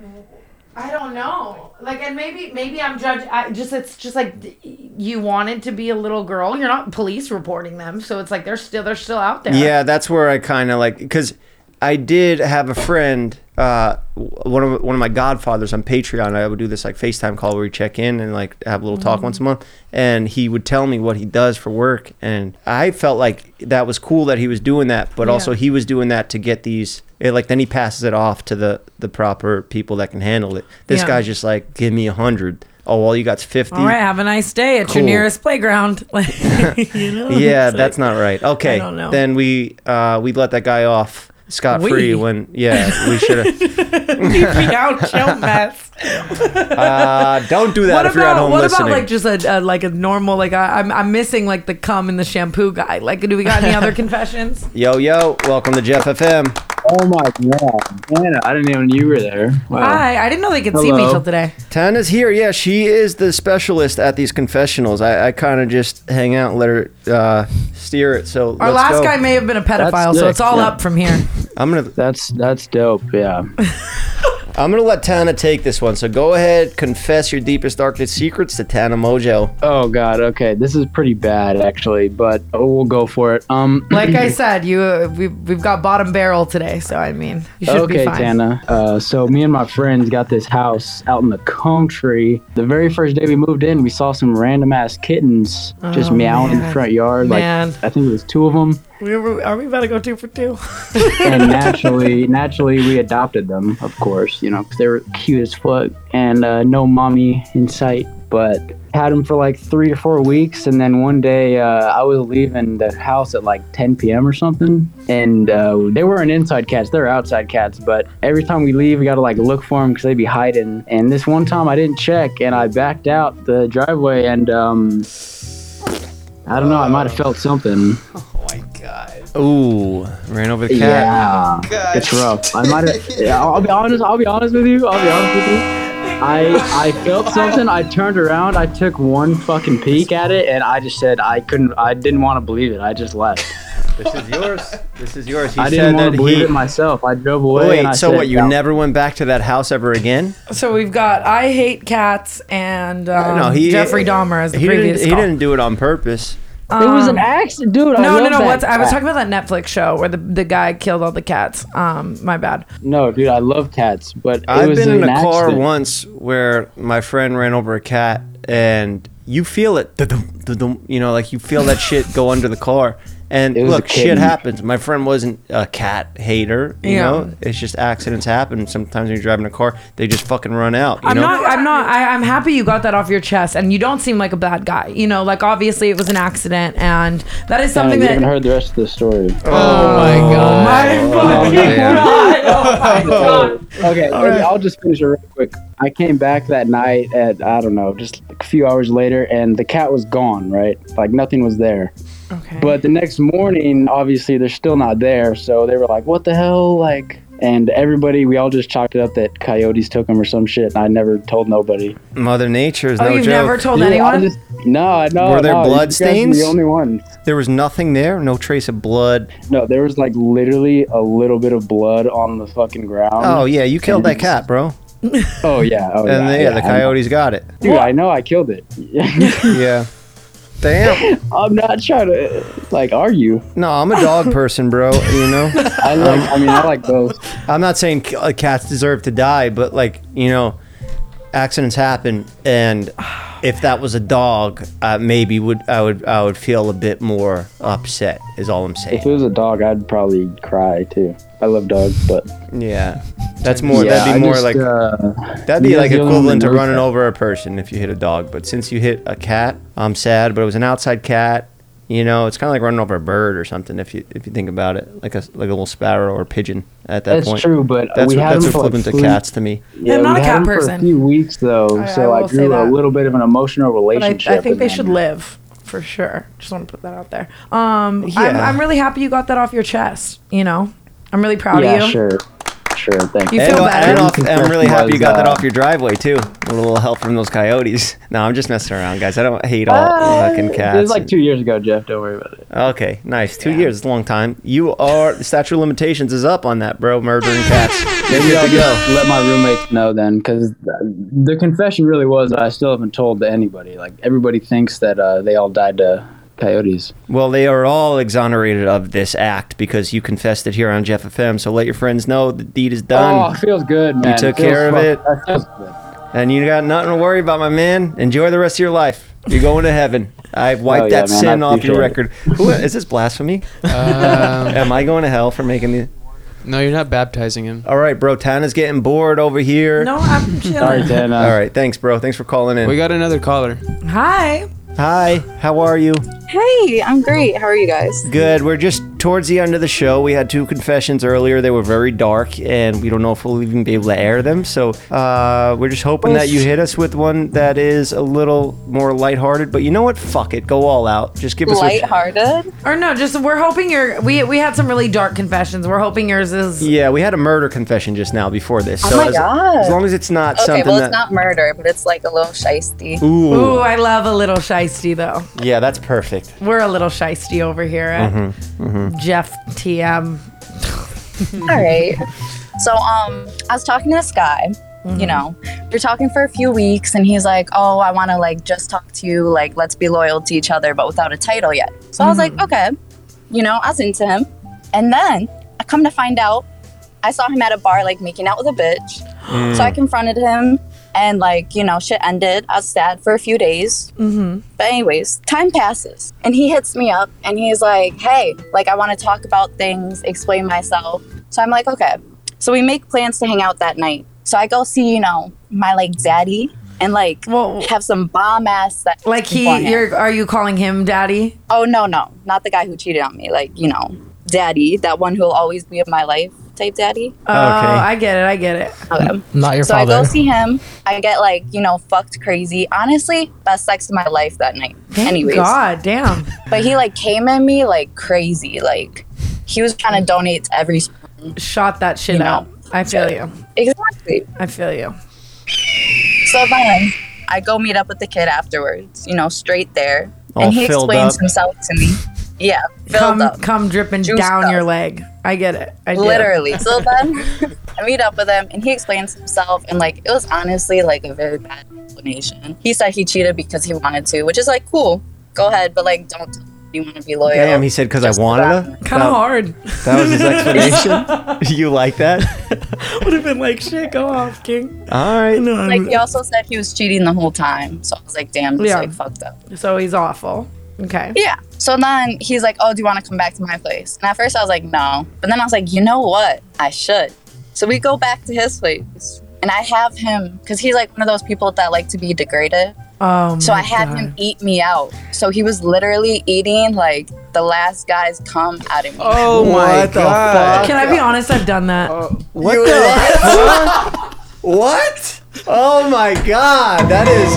I don't know. Like and maybe maybe I'm judging. I just it's just like d- you wanted to be a little girl. You're not police reporting them, so it's like they're still they're still out there.
yeah, that's where I kind of like because I did have a friend, uh, w- one of one of my godfathers on Patreon. I would do this like FaceTime call where we check in and like have a little
Mm-hmm.
talk once a month, and he would tell me what he does for work, and I felt like that was cool that he was doing that, but also he was doing that to get these. It, like then he passes it off to the the proper people that can handle it. This
Yeah.
guy's just like, give me a hundred. Oh, well, you got fifty.
All right. Have a nice day at
Cool.
your nearest playground. Like, you know?
yeah,
It's like-
that's not right. Okay,
don't know.
then we uh, we let that guy off. scot free
We?
when yeah we should have.
Leave me out, chill mess.
Uh, don't do that
What
if you're at
about
home
what
listening.
about like just a, a like a normal like I, I'm I'm missing like the cum and the shampoo guy. Like, do we got any other confessions?
yo yo, welcome to Jeff FM.
Oh my god, Anna! I didn't even know you were there. Wow.
Hi, I didn't know they could see me
Hello.
till today.
Tana's here. Yeah, she is the specialist at these confessionals. I, I kind of just hang out and let her uh, steer it. So
Our
let's
last
go.
guy may have been a pedophile, so
sick,
it's all
yeah.
up from here.
I'm gonna
That's that's dope. Yeah.
I'm gonna let Tana take this one. So go ahead, confess your deepest darkest secrets to Tana Mojo.
Oh god. Okay, this is pretty bad actually, but oh, we'll go for it. Um.
Like I said, you uh, we we've got bottom barrel today, so I mean, you should
okay,
be fine.
Tana. Uh, so me and my friends got this house out in the country. The very first day we moved in, we saw some random ass kittens just
Oh,
meowing in
man.
the front yard.
Man.
Like I think it was two of them.
We were, are we about to go two for two?
and naturally, naturally, we adopted them, of course, you know, 'cause they were cute as fuck and uh, no mommy in sight. But had them for like three to four weeks, and then one day uh, I was leaving the house at like 10 p.m. or something, and uh, they weren't inside cats; they were outside cats. But every time we leave, we gotta like look for them because they'd be hiding. And this one time, I didn't check, and I backed out the driveway, and um, I don't know, I might have felt something.
Ooh, ran over the cat.
Yeah, it's rough. I might have. Yeah, I'll be honest. I'll be honest with you. I'll be honest with you. I I felt something. I turned around. I took one fucking peek at it, and I just said I couldn't. I didn't want to believe it. I just left.
This is yours. This is yours. He
I
said
didn't want
that
to believe
he-
it myself. I drove away. and I
Wait, so
said,
what? You
"No."
never went back to that house ever again?
So we've got I hate cats and um, Jeffrey Dahmer as the
he
previous.
Didn't,
call. Um,
he didn't do it on purpose.
It was an accident, dude. I
No,
love
no, no.
that
What's I was
cat.
talking about that Netflix show where the, the guy killed all the cats. Um, my bad.
No, dude. I love cats, but it
I've
was
been in
an
a car
accident.
once where my friend ran over a cat, and you feel it, du-dum, du-dum, you know, like you feel that shit go under the car. And
It was a
look, shit
kitten.
happens. My friend wasn't a cat hater, you
Yeah.
know. It's just accidents happen. Sometimes when you're driving a car, they just fucking run out. You
I'm
know?
not. I'm not. I, I'm happy you got that off your chest, and you don't seem like a bad guy. You know, like obviously it was an accident, and that is
Damn,
something
you
that.
haven't heard the rest of the story.
Oh,
Oh
my god.
my fucking
man.
god! Oh my god!
okay, I'll just finish it real quick. I came back that night at I don't know, just a few hours later, and the cat was gone. Right, like nothing was there.
Okay.
But the next morning, obviously, they're still not there. So they were like, "What the hell?" Like, and everybody, we all just chalked it up that coyotes took them or some shit. And I never told nobody.
Mother Nature is
oh,
no
you've
joke.
never told
Yeah, I
anyone.
just- no, no.
Were there
no, you
blood
guys are
stains?
The only one.
there was nothing there, no trace of blood.
No, there was like literally a little bit of blood on the fucking ground.
Oh yeah, you killed that cat, bro.
oh yeah, oh
And
yeah,
yeah, the
I'm-
coyotes got it.
Dude, I know I killed it.
Yeah. Damn.
I'm not trying to like argue.
No, I'm a dog person, bro. You know.
I like. I mean, I like both.
I'm not saying c- uh, cats deserve to die, but like you know, accidents happen, and if that was a dog, uh, maybe would I would I would feel a bit more upset. Is all I'm
If
saying.
it was a dog, I'd probably cry too. I love dogs, but
Yeah, that's more.
Yeah,
that'd
I
be more
just,
like
uh,
that'd be
you
like
guys the only one
equivalent
that
to
knows
running
that.
over a person if you hit a dog. But since you hit a cat, I'm sad. But it was an outside cat. You know, it's kind of like running over a bird or something. If you if you think about it, like a like a little sparrow or pigeon. At that
That's
point,
true, but
that's
we
what,
had
that's
them for, like,
equivalent to
three-
cats to me.
yeah,
I'm not
we
a
had
cat
them for
person.
a few weeks though,
I-
so
I
I,
will say
grew a
that.
little bit of an emotional
but I,
relationship.
I think they
with
should
them.
live for sure. Just want to put that out there. Um, I'm,
Yeah.
I'm really happy you got that off your chest. You know, I'm really proud
Yeah,
of you.
sure, sure. Thank
You
you.
feel
And,
better?
and off, I'm really happy you got that
Was, uh,
off your driveway too. A little help from those coyotes. No, I'm just messing around, guys. I don't hate all fucking cats.
It was like two years ago, Jeff. Don't worry about it.
okay, nice. Two years is a long time. You are the statute of limitations is up on that, bro. Murdering cats. Maybe I'll go.
Let my roommates know then, because the confession really was that I still haven't told to anybody. Like everybody thinks that uh, they all died to coyotes.
Well, they are all exonerated of this act because you confessed it here on Jeff FM. So let your friends know the deed is
Oh,
done,
it feels good, man.
took
It feels
care of
fuck-
it.
that feels good.
and you got nothing to worry about, my man. Enjoy the rest of your life. You're going to heaven. I've wiped
Oh, yeah,
that
man, I
sin off your
appreciate
record. Who is this blasphemy?
Um,
Am I going to hell for making these?
no, you're not baptizing him.
All right, bro. Tana's getting bored over here.
No, I'm
Sorry,
chilling.
Dan. uh,
All right, thanks, bro. Thanks for calling in.
We got another caller.
Hi.
Hi, how are you?
Hey, I'm great. How are you guys?
Good. We're just towards the end of the show, we had two confessions earlier. They were very dark, and we don't know if we'll even be able to air them. So uh, we're just hoping that you hit us with one that is a little more lighthearted. But you know what? Fuck it. Go all out. Just give us what you-
Lighthearted?
Or no, just we're hoping your we we had some really dark confessions. We're hoping yours is
Yeah, we had a murder confession just now before this. So
Oh my
as,
God.
as long as it's not
Okay,
something
well,
that.
it's not murder, but it's like a little shisty.
Ooh,
Ooh, I love a little shisty though.
yeah, that's perfect.
We're a little shisty over here at Jeff TM.
All right. So um, I was talking to this guy.
Mm-hmm.
You know, we're talking for a few weeks, and he's like, "Oh, I want to like just talk to you. Like, let's be loyal to each other, but without a title yet." So I was like, "Okay." You know, I was into him, and then I come to find out, I saw him at a bar like making out with a bitch. So I confronted him, and like you know, shit ended. I was sad for a few days.
Mm-hmm.
But anyways, time passes and he hits me up and he's like, "Hey, like I want to talk about things, explain myself." So I'm like, "Okay." So we make plans to hang out that night. So I go see, you know, my like daddy and like
Well-
have some bomb ass that
Like he,
beforehand.
you're are you calling him daddy?
Oh no, no. Not the guy who cheated on me. Like, you know, daddy, that one who'll always be in my life type daddy.
Oh, I get it. I get it.
Okay.
Not your
so
father.
I go see him. I get like, you know, fucked crazy. Honestly, best sex of my life that night.
Thank
Anyways.
God damn.
But he like came at me like crazy. Like he was trying to donate to every
Shot that shit
You know.
out. I feel you.
exactly.
I feel you.
So then I go meet up with the kid afterwards. You know, straight there,
All
and he
filled
explains
up.
himself to me. Yeah, filled
Come
up.
come dripping
Juiced
down
up.
your leg. I get it. I did.
Literally. So then I meet up with him and he explains himself and like it was honestly like a very bad explanation. He said he cheated because he wanted to, which is like cool. Go ahead, but like don't tell me you want to be loyal.
Damn, he said because I
Just
wanted
about-
her.
Kind of hard.
That was his explanation. you like that?
Would have been like shit. Go off, King.
All right.
like
Mm.
he also said he was cheating the whole time. So I was like, damn, this
Yeah.
like fucked up.
So he's awful. Okay.
Yeah. So then he's like, Oh, do you want to come back to my place? And at first I was like, No. But then I was like, You know what? I should. So we go back to his place. And I have him, because he's like one of those people that like to be degraded.
Oh my
So I had
God.
him eat me out. So he was literally eating like the last guy's cum out of me.
Oh my
What the
god.
Can I be honest? I've done that.
Uh, What the fuck? What? Oh my god, that is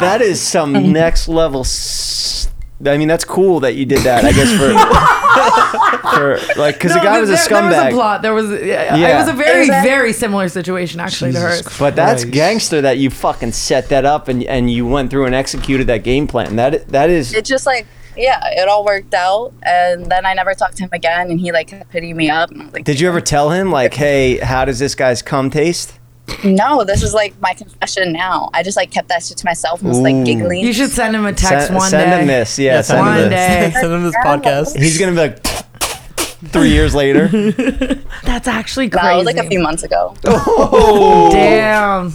that is
Mm-hmm.
some next level. S- I mean, that's cool that you did that. I guess for for like because the
No,
guy was a
there- There was a
scumbag.
plot. There was. Yeah,
Yeah.
It was a very,
Exactly.
very similar situation actually
Jesus
to hers.
But that's
Christ.
gangster that you fucking set that up and and you went through and executed that game plan. That i- that is
It just like, yeah, it all worked out. And then I never talked to him again. And he like kept hitting me up. And I was like,
Did you ever tell him like, hey, how does this guy's cum taste?
No, this is like my confession now. I just like kept that shit to myself and was like giggling.
You should send him a text
Send,
one
send
day.
him this, yeah. send
one
him this.
day.
Send him this podcast.
He's gonna be like three years later.
That's actually
That
crazy.
was like a few months ago.
Oh, Damn,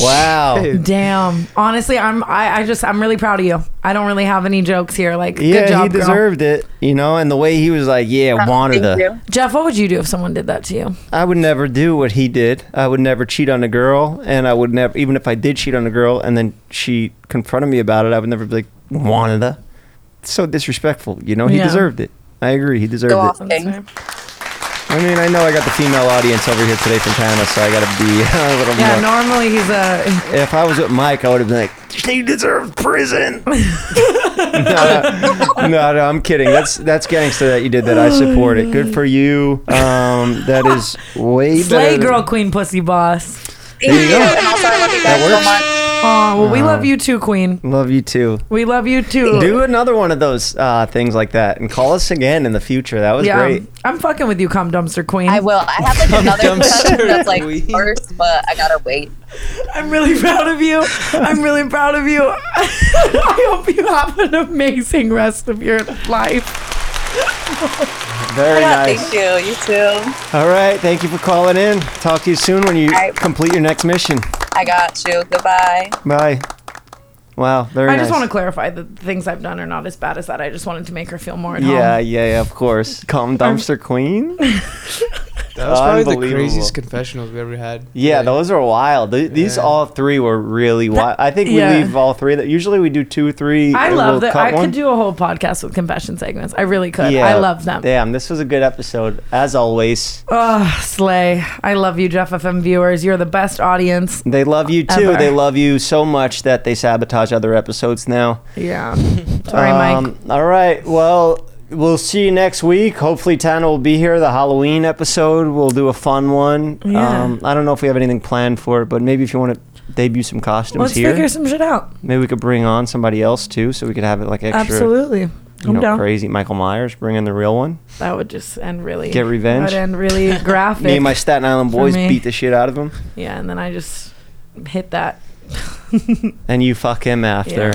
Wow.
damn. Honestly, I'm. I, I just. I'm really proud of you. I don't really have any jokes here. Like,
Yeah,
good job,
he deserved it. You know, and the way he was like, yeah, wanted
Uh, Thank
the.
you.
girl. Jeff, what would you do if someone did that to you?
I would never do what he did. I would never cheat on a girl, and I would never, even if I did cheat on a girl, and then she confronted me about it, I would never be like, wanted the. So disrespectful. You know, he
Yeah.
deserved it. I agree. He deserved
Go off,
it.
King.
I mean, I know I got the female audience over here today from Panama, so I got to be a little
Yeah,
more.
normally he's a.
If I was with Mike, I would have been like, she deserves prison. no, no, no, no, I'm kidding. That's that's gangster that you did that. I support it. Good for you. Um, that is way
Slay
better. than-
girl queen pussy boss.
There you go.
And also, I love you guys so much.
That
Oh, well, we love you too, queen.
works. Love you too.
We love you too.
Uh-huh. Do another one of those uh, things like that and call us again in the future. That was
yeah,
great.
I'm fucking with you, cum dumpster queen.
I will. I have like another
Dumb
confession
shirt,
that's like
Queen.
worse, but I gotta wait.
I'm really proud of you. I'm really proud of you. I hope you have an amazing rest of your life.
Very
Thank
nice.
you. You too.
All right. Thank you for calling in. Talk to you soon when you
right.
complete your next mission.
I got you. Goodbye.
Bye. Wow. Very
I
nice.
just want to clarify that the things I've done are not as bad as that. I just wanted to make her feel more at
Yeah,
home.
yeah, yeah, of course. Calm dumpster queen.
That was probably the
Unbelievable.
craziest confessionals we ever had.
Yeah,
Like,
those are wild. Th- These
Yeah.
all three were really wild. I think we
yeah.
leave all three. That usually we do two, three.
I
and
love
we'll
that.
cut
I
one.
could do a whole podcast with confession segments. I really could. I love them.
Damn, this was a good episode as always.
Oh, slay. I love you, Jeff FM viewers. You're the best audience.
They love you too.
Ever.
They love you so much that they sabotage other episodes now. Um,
Yeah. Sorry, Mike.
All right. Well, we'll see you next week. Hopefully, Tana will be here. The Halloween episode. We'll do a fun one.
Yeah.
Um, I don't know if we have anything planned for it, but maybe if you want to debut some costumes
Let's
here,
figure some shit out.
maybe we could bring on somebody else too, so we could have it like extra.
Absolutely.
You
I'm
know,
down.
crazy Michael Myers. Bring in the real one.
That would just end really.
Get revenge.
That would end really graphic.
Me and my Staten Island
For
boys
me.
beat the shit out of him,
yeah, and then I just hit that.
and you fuck him after.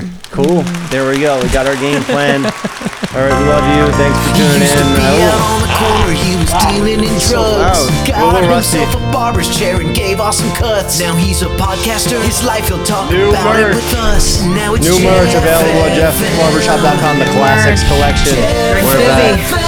Yeah. Mm.
Cool. There we go. We got our game plan. All right, we love you. Thanks for tuning in.
Out
Oh.
on the corner, he was dealing in drugs.
loud.
Got
Little rusty.
himself a barber's chair and gave off some cuts. Now he's a podcaster. His life he'll talk
New
about it
merch.
with us. Now it's
New merch available at
Jeff
jeffbarbershop.com, the classics collection.
Jeff
We're back.
FM.